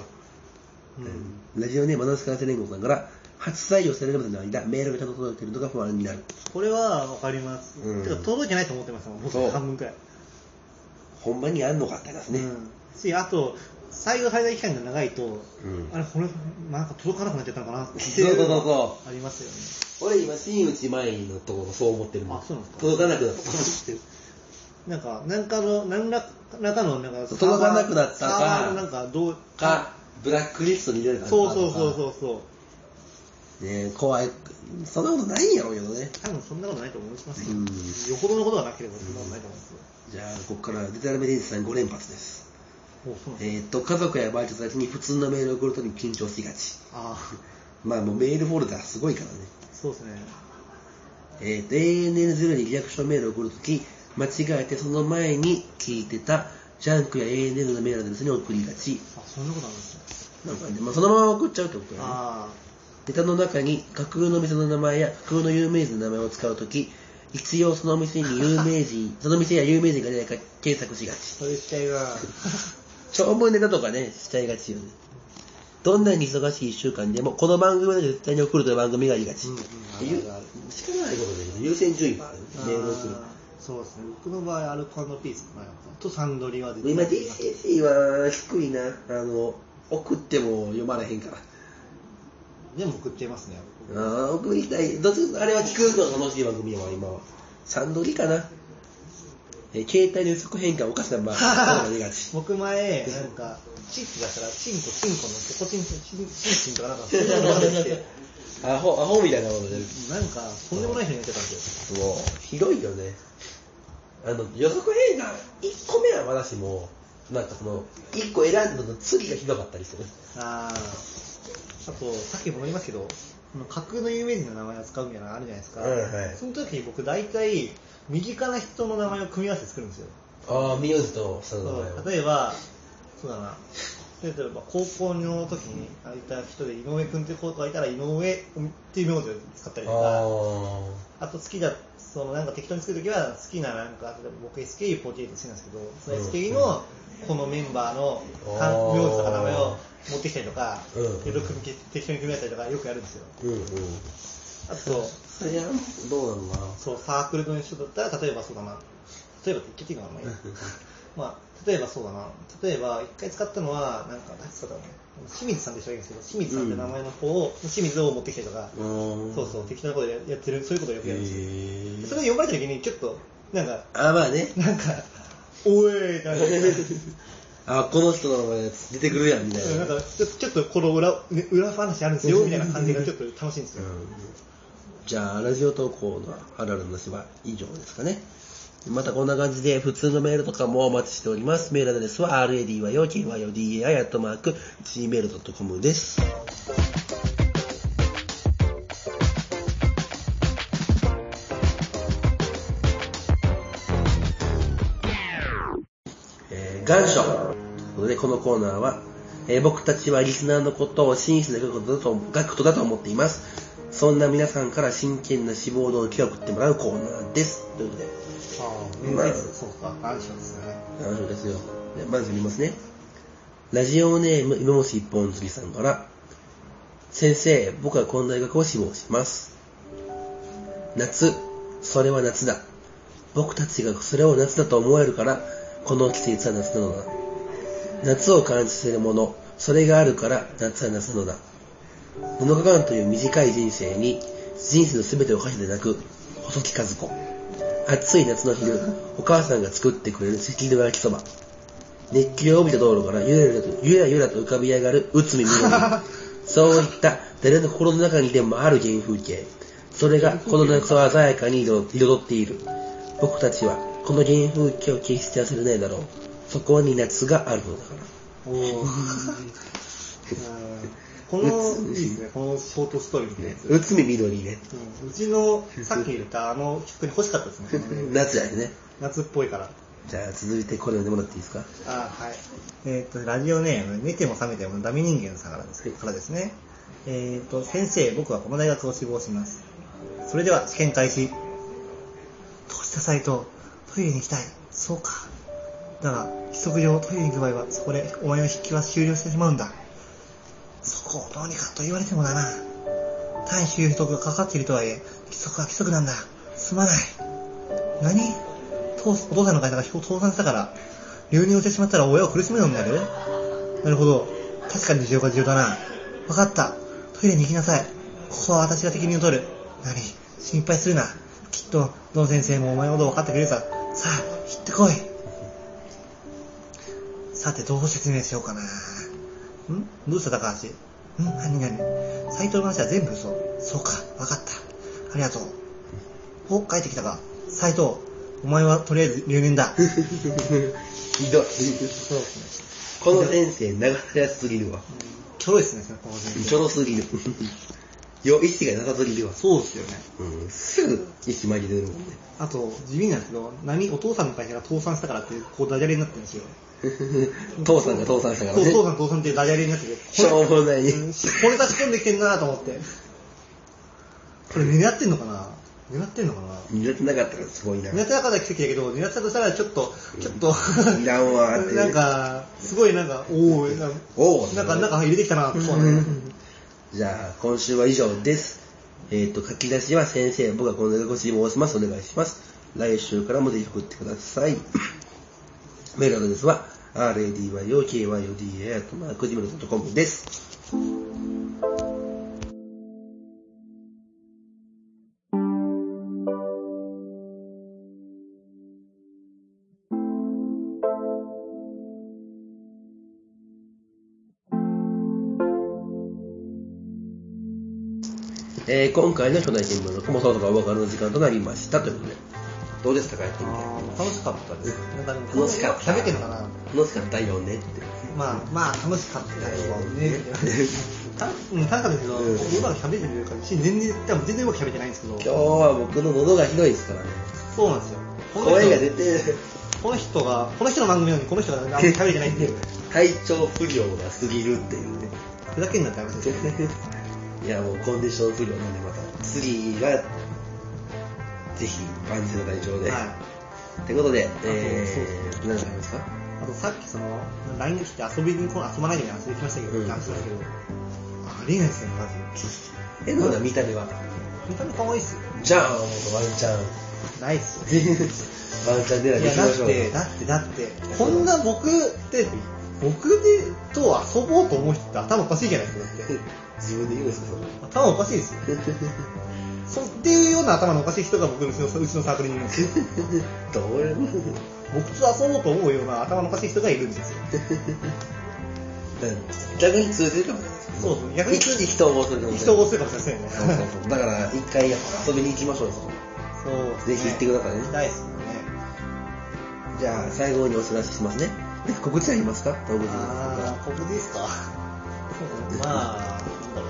Speaker 3: うん
Speaker 1: ラジオネーム、マナスカラセレンゴさんから、初採用されるまでの間、メールがちゃんと届いてるのが不安になる。
Speaker 3: これはわかります。
Speaker 1: うん
Speaker 3: てか届いてないと思ってましたもん、僕
Speaker 1: そう
Speaker 3: 半分くらい。
Speaker 1: ほんまにやんのかって話ね。
Speaker 3: うんし、あと、災害滞在期間が長いと、
Speaker 1: うん
Speaker 3: あれ、これ、なんか届かなくなっちゃったのかなって
Speaker 1: そうそうそうそ
Speaker 3: ありますよね。
Speaker 1: う。俺今、新内前のところそう思ってるもん。
Speaker 3: あそうなんですか
Speaker 1: 届かなくなった。
Speaker 3: なんか、なんかの、何らかの、なんか、
Speaker 1: 届かなくなったか
Speaker 3: サーバーのなんか、どう、
Speaker 1: か、ブラックリストに入れるか
Speaker 3: そうそうそうそうそう。
Speaker 1: う。ねえ怖い。そんなことないんやろうけどね。
Speaker 3: 多分そんなことないと思いますよ。
Speaker 1: うん
Speaker 3: よほどのことがなければそんなことないと思いますよ。
Speaker 1: じゃあ、ここからデタラメデンジさん5連発です。
Speaker 3: おそうなんだ
Speaker 1: えーっと、家族やバイト先に普通のメールを送るとに緊張しがち。
Speaker 3: あ
Speaker 1: まあもうメールフォルダーすごいからね。
Speaker 3: あ、そうですね。
Speaker 1: えーっと、ANN0 にリアクションメールを送るとき、間違えてその前に聞いてたジャンクや ANN のメールアドレスに送りがち。
Speaker 3: あ、そんなことあるんですね。
Speaker 1: なんかね、まあ、そのまま送っちゃうってことだね。
Speaker 3: あ
Speaker 1: ネタの中に架空の店の名前や架空の有名人の名前を使うとき、一応その店に有名 *laughs* 人、その店や有名人が出ないか検索しが
Speaker 3: あ、
Speaker 1: ち。
Speaker 3: それしちゃ
Speaker 1: *laughs*
Speaker 3: いは、
Speaker 1: 長文ネタとかね、しちゃいがちよね。どんなに忙しい一週間でも、この番組は絶対に送るという番組がありがち。
Speaker 3: うんうん
Speaker 1: っていう仕方ないことだけど、優先順位がある。メールをする。
Speaker 3: あーそうですね。僕の場合、アルコピースの場合はとサンドリは出
Speaker 1: 今 DCC は低いな。あの、送っても読まれへんから。
Speaker 3: でも送っちゃいますね。
Speaker 1: ああ、送りたい。どっちかあれは聞くのが楽しい番組やわ、今は。サンドリかな。えー携帯の予測変換おかしな *laughs* 場合、
Speaker 3: *laughs*
Speaker 1: そうなりがち。
Speaker 3: 僕前、なんか、チッチだから、チンコ、チンコのって、コチンコ、チンチンとかなんか、そういうのが出てきて、
Speaker 1: アホ、アホみたいなことで。
Speaker 3: なんか、とんでもない人になっちゃったんですよ。
Speaker 1: もう、ひどいよね。あの、予測変換、1個目はまだしも、なんかその、1個選んだの次がひどかったりする。
Speaker 3: あーあと、さっきも言いますけど、あの架空の有名人の名前を使うみたいなのあるじゃないですか。
Speaker 1: はいはい
Speaker 3: その時に僕、大体、身近な人の名前を組み合わせて作るんですよ。
Speaker 1: ああ、ミューズとその名前を。
Speaker 3: 例えば、そうだな。例えば、高校の時にいた人で、井上君って子がいたら、井上っていう名字を使ったりとか、
Speaker 1: あ
Speaker 3: あと好きだ、そのなんか適当に作るときは好きななんか、例えば僕 SKE48 好きなんですけど、その
Speaker 1: うん
Speaker 3: SKE のこのメンバーの
Speaker 1: あ
Speaker 3: 漢
Speaker 1: ー
Speaker 3: 名字とか名前を持ってきたりとか、
Speaker 1: うん
Speaker 3: いろいろ組み適当に組み合わせたりとかよくやるんですよ。
Speaker 1: あ。うんうん。
Speaker 3: あと、
Speaker 1: それは、どうなのかな。
Speaker 3: そうサークルの人だったら、例えばそうだな、例えばって言っていいかな、あん
Speaker 1: *laughs*
Speaker 3: まりまあ、例えばそうだな、例えば一回使ったのは、なんか、何使ったの清水さんでしたらいいんですけど、清水さんって名前の子を、清水を持ってきたりとか、
Speaker 1: うん
Speaker 3: そうそう、適当なことややってる、そういうことをよくやるんですよ。
Speaker 1: へえ
Speaker 3: それで呼ばれた時に、ちょっと、なんか、
Speaker 1: あ、まあね。
Speaker 3: なんか、おえーってなって
Speaker 1: あ、この人の名前出てくるやん、みたい
Speaker 3: うん
Speaker 1: な。
Speaker 3: なん
Speaker 1: うん
Speaker 3: かちょちょっとこの裏ね裏話あるんですよみたいな感じがちょっと楽しいんですよ。
Speaker 1: じゃあ、ラジオ投稿のあるあるの話は以上ですかね。またこんな感じで、普通のメールとかもお待ちしております。メールアドレスは、radyokyodai.gmail.com です。えー願書。ということで、このコーナーは、えー僕たちはリスナーのことを真摯な学徒だと学徒だと思っています。そんな皆さんから真剣な志望動機を送ってもらうコーナーです。ということで、
Speaker 3: あ
Speaker 1: まあ
Speaker 3: そうか、暗証ですね。
Speaker 1: 大丈夫ですよ。でまず読みますね。ラジオネーム、今もし一本釣りさんから、先生、僕はこの大学を志望します。夏、それは夏だ。僕たちがそれを夏だと思えるから、この季節は夏なのだ。夏を感じさせるもの、それがあるから夏は夏なのだ。7日間という短い人生に、人生の全てをかけてなく、細木和子。暑い夏の昼、お母さんが作ってくれる赤道焼きそば。熱気を帯びた道路からゆらゆらと、ゆらゆらと浮かび上がる内海み *laughs* のそういった誰の心の中にでもある原風景。それがこの夏を鮮やかに彩彩っている。僕たちはこの原風景を決して忘れないだろう。そこに夏があるのだから。
Speaker 3: おーうんこ *laughs* の、いいですね、このショートストーリーみたいなやつ。
Speaker 1: *laughs*
Speaker 3: う
Speaker 1: 内海みどりね。
Speaker 3: んうちの、さっき言ったあの曲に欲しかったです *laughs* ね。
Speaker 1: 夏やでね。
Speaker 3: 夏っぽいから。
Speaker 1: じゃあ続いてこれを読んでもらっていいですか。
Speaker 3: あはい。えっ、と、ラジオネーム、寝ても覚めてもダメ人間さんからです,、
Speaker 1: はい
Speaker 3: からですね。えっ、と、先生、僕はこの大学を志望します。それでは、試験開始。閉じたサイト、トイレに行きたい。そうか。だが、規則上トイレに行く場合は、そこでお前の筆記は終了してしまうんだ。そこをどうにかと言われてもだな。単位修得がかかっているとはいえ、規則は規則なんだ。すまない。何とお父さんの会社が人を倒産したから、流入してしまったら親を苦しめるんだね。なるほど。確かに事情が重要だな。わかった。トイレに行きなさい。ここは私が責任を取る。何心配するな。きっと、どの先生もお前のことを分かってくれるさ。さあ、行ってこい。さて、どう説明しようかな。んどうした高橋ん何何サイトの話は全部嘘。そうか、わかった。ありがとう。お、帰ってきたか。斎藤、お前はとりあえず留年だ。
Speaker 1: ひどい。そうこの先生、流されやすすぎるわ。
Speaker 3: ちょろいっすね、この先
Speaker 1: ち
Speaker 3: 生。
Speaker 1: ょろすぎる。よ、意志がなさすぎるわ。
Speaker 3: そうっすよね。
Speaker 1: うん、すぐ意志紛れるもんね。
Speaker 3: あと、地味なんですけど、何お父さんの会社が倒産したからって、こうダジャレになってるんですよ。
Speaker 1: 父さんが倒産したから
Speaker 3: そう、
Speaker 1: ね。
Speaker 3: 父さん倒産っていうダジャレになってて、
Speaker 1: しょうも
Speaker 3: *laughs*
Speaker 1: ないね。
Speaker 3: うんしこれ差し込んできてんなと思って。これ狙ってんのかな狙ってんのかな
Speaker 1: 狙ってなかったからすごいな。
Speaker 3: 狙ってなかったら奇跡だけど、狙ってたとしたらちょっと、ちょっと、
Speaker 1: いらんわーっていう
Speaker 3: なんか、すごいなんか、おおなんか、
Speaker 1: おう
Speaker 3: なんか、なんか入れてきたな、そうね。
Speaker 1: じゃあ、今週は以上です。えっ、と、書き出しは先生、僕はこの学校に申します。お願いします。来週からもぜひ送ってください。メールアドレスは、radyokyuda.gmail.com です。えー今回の初代新聞のもそろそろお別れの時間となりました。ということで、どうでしたかやってみて。
Speaker 3: 楽しかったです。なんかでも、
Speaker 1: 楽しかった
Speaker 3: 喋ってんのかな
Speaker 1: 楽しかったよねって。
Speaker 3: まあ、まあ、楽しかったよね、みたいな。たうん楽しかったですけど、
Speaker 1: うん
Speaker 3: うまく喋れてるからし、全然、多分全然うまく喋れてないんですけど
Speaker 1: 今、日は僕の喉がひどいですからね。
Speaker 3: そうなんですよ。この人
Speaker 1: 声が出て、
Speaker 3: この人が、この人の番組なのに、この人があんまり喋れてないっていう。
Speaker 1: 体調不良が過ぎるっていうね。
Speaker 3: ふざけんなって話ですよ。
Speaker 1: いや、もうコンディション不良なんでまた。次が、ぜひ万全の体調で。
Speaker 3: はい
Speaker 1: ってことで、
Speaker 3: と
Speaker 1: え
Speaker 3: そう
Speaker 1: ー、何がありますか
Speaker 3: あとさっきその、LINE に来て遊びに来な遊ばないで遊びに来ましたけど、
Speaker 1: うん
Speaker 3: って話しましたけど、ありえないですよね、まず。
Speaker 1: え、どうだ見た目は。
Speaker 3: 見た目可愛いっすよ。
Speaker 1: じゃあ、ワンチ *laughs* ャン。
Speaker 3: ないっすよ。
Speaker 1: ワンチャン狙いで
Speaker 3: い
Speaker 1: い
Speaker 3: や、
Speaker 1: きま
Speaker 3: だっ
Speaker 1: しょう。
Speaker 3: て、だって、だって、こんな僕って、僕で、と遊ぼうと思う人って頭おかしいじゃないですか、だって。
Speaker 1: 自分で言うんですか、
Speaker 3: 頭おかしいですよ。
Speaker 1: それ。
Speaker 3: *laughs* そっていうような頭のおかしい人が僕のうちのうちのサークルにいるんですよ。
Speaker 1: *laughs* どうや *laughs* る
Speaker 3: 僕と遊ぼうと思うような頭のおかしい人がいるんですよ。
Speaker 1: *laughs* 逆に通じるかもしれないです
Speaker 3: そうそう逆に
Speaker 1: 一気に人を覚えてるかもしれ
Speaker 3: 人
Speaker 1: ない
Speaker 3: を襲うかもしれませ
Speaker 1: そ
Speaker 3: ん
Speaker 1: う
Speaker 3: ね。
Speaker 1: そうそうだから一回遊びに行きましょうよそこ
Speaker 3: そうで
Speaker 1: ぜ
Speaker 3: すね
Speaker 1: ひ行ってくださいね
Speaker 3: 行きたいっすよね。
Speaker 1: じゃあ最後にお知らせしますねなんか告知ありますか動物
Speaker 3: あー、ここですか。そうですね。まあ、なんだろ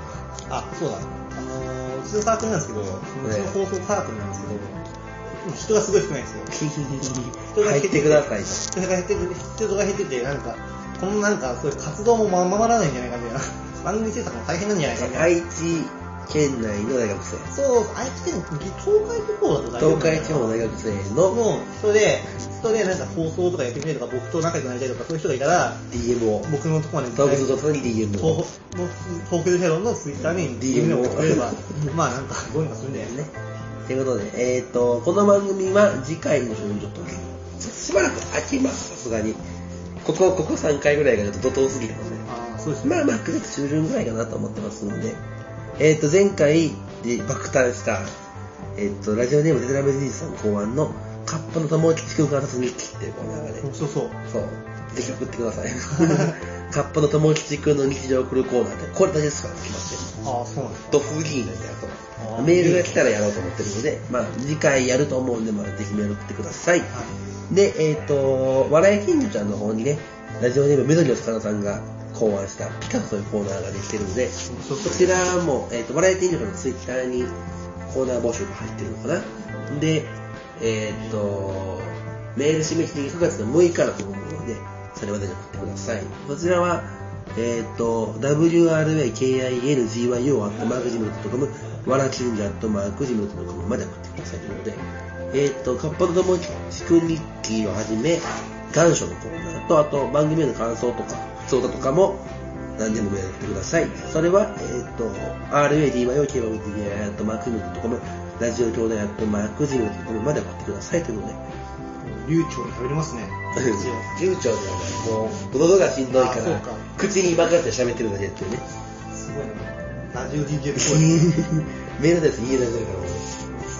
Speaker 3: うな。あ、そうだ。あのー、うちのサークルなんですけど、うちの放送サークルなんですけど、人がすごい少ないんですよ。人が
Speaker 1: 入
Speaker 3: 減
Speaker 1: ってくださいと
Speaker 3: 人が減ってて、人が減ってて、なんか、このなんか、そういう活動もままならないんじゃないかみたいな。 *laughs* 番組制作も大変なんじゃないかみたい
Speaker 1: 愛
Speaker 3: な。
Speaker 1: 知県内の大学生
Speaker 3: そう、愛知県、東海地方だと大丈夫
Speaker 1: 東海地方の大学生の
Speaker 3: の人で、人でなんか放送とかやってみたいとか、僕と仲良くなりたいとか、そういう人がいたら、
Speaker 1: DM を
Speaker 3: 僕のとこまで、
Speaker 1: 動物とさに DM を
Speaker 3: 東東京ゼロのツイッターに DM を送ってくれれば、まあなんかどうにかするんだよね。
Speaker 1: ということで、えっ、と、この番組は次回の週にちょっと、しばらく空きます、さすがに。ここ、ここ3回ぐらいがちょっと怒涛すぎたので。
Speaker 3: ああ、そうですね。
Speaker 1: まあまあ9月中旬ぐらいかなと思ってますので、えっ、と、前回で爆誕した、えっ、と、ラジオネームデタラメじいさん考案の、カッパの友達地区観察日記っていうコーナーがね、
Speaker 3: 面白そう。
Speaker 1: そう、ぜひ送ってください。カッパの友吉くんの日常を送るコーナーって、これだけですから来まして。
Speaker 3: ああ、そうなんです。
Speaker 1: ドフリーなんでや
Speaker 3: あ
Speaker 1: と。
Speaker 3: ー
Speaker 1: メールが来たらやろうと思ってるので、まあ次回やると思うんで、まあぜひメール送ってください。で、えっ、と、笑い金魚ちゃんの方にね、ラジオネーム緑の魚さんが考案したピカソというコーナーができてるので、
Speaker 3: そうそう
Speaker 1: そちらも、えっ、と、笑い金魚ちゃんのツイッターにコーナー募集が入ってるのかな。で、えっ、と、メール締め切り9月の6日だと思うので、それまでに送ってください。こちらは、えっ、と、wrakingyou アットマークジムドットコム、わらきんじゃアットマークジムドットコムまで送ってくださいということで、えっ、と、カッパの友達くん日記をはじめ、願書のコーナーと、あと番組への感想とか、相談とかも、何でもやってください。それは、えっ、と、radyokyou.com、ラジオ兄弟 .com まで送ってくださいということで、
Speaker 4: 悠長に食べれ
Speaker 3: *laughs*
Speaker 4: ますね。
Speaker 1: 流暢ではない。もう、喉がしんどいか
Speaker 4: あそう
Speaker 1: ら
Speaker 4: か、
Speaker 1: 口に任せて喋ってるだけやって *laughs* るね。
Speaker 3: すごいな。ラジオ DJ っぽい。
Speaker 1: メールのやつ見えないか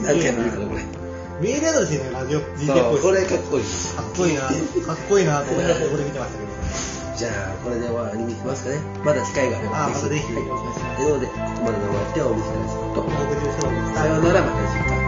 Speaker 1: ら、もう。何回も見るから、これ。
Speaker 3: メールアドレスにねラジオ DJ
Speaker 1: そ
Speaker 3: っぽ
Speaker 1: う、
Speaker 3: い。
Speaker 1: これかっこいい。
Speaker 4: かっこいいな、かっこいいなと思いながらここで見てましたけど。
Speaker 1: じゃあ、これで終わりに行きますかね。まだ機会があれば。
Speaker 4: あまたぜひ
Speaker 1: はいということで、ここまでのお相手はお店です。と、
Speaker 3: お送りしま
Speaker 1: さよう
Speaker 3: しょう
Speaker 1: なら、また次回。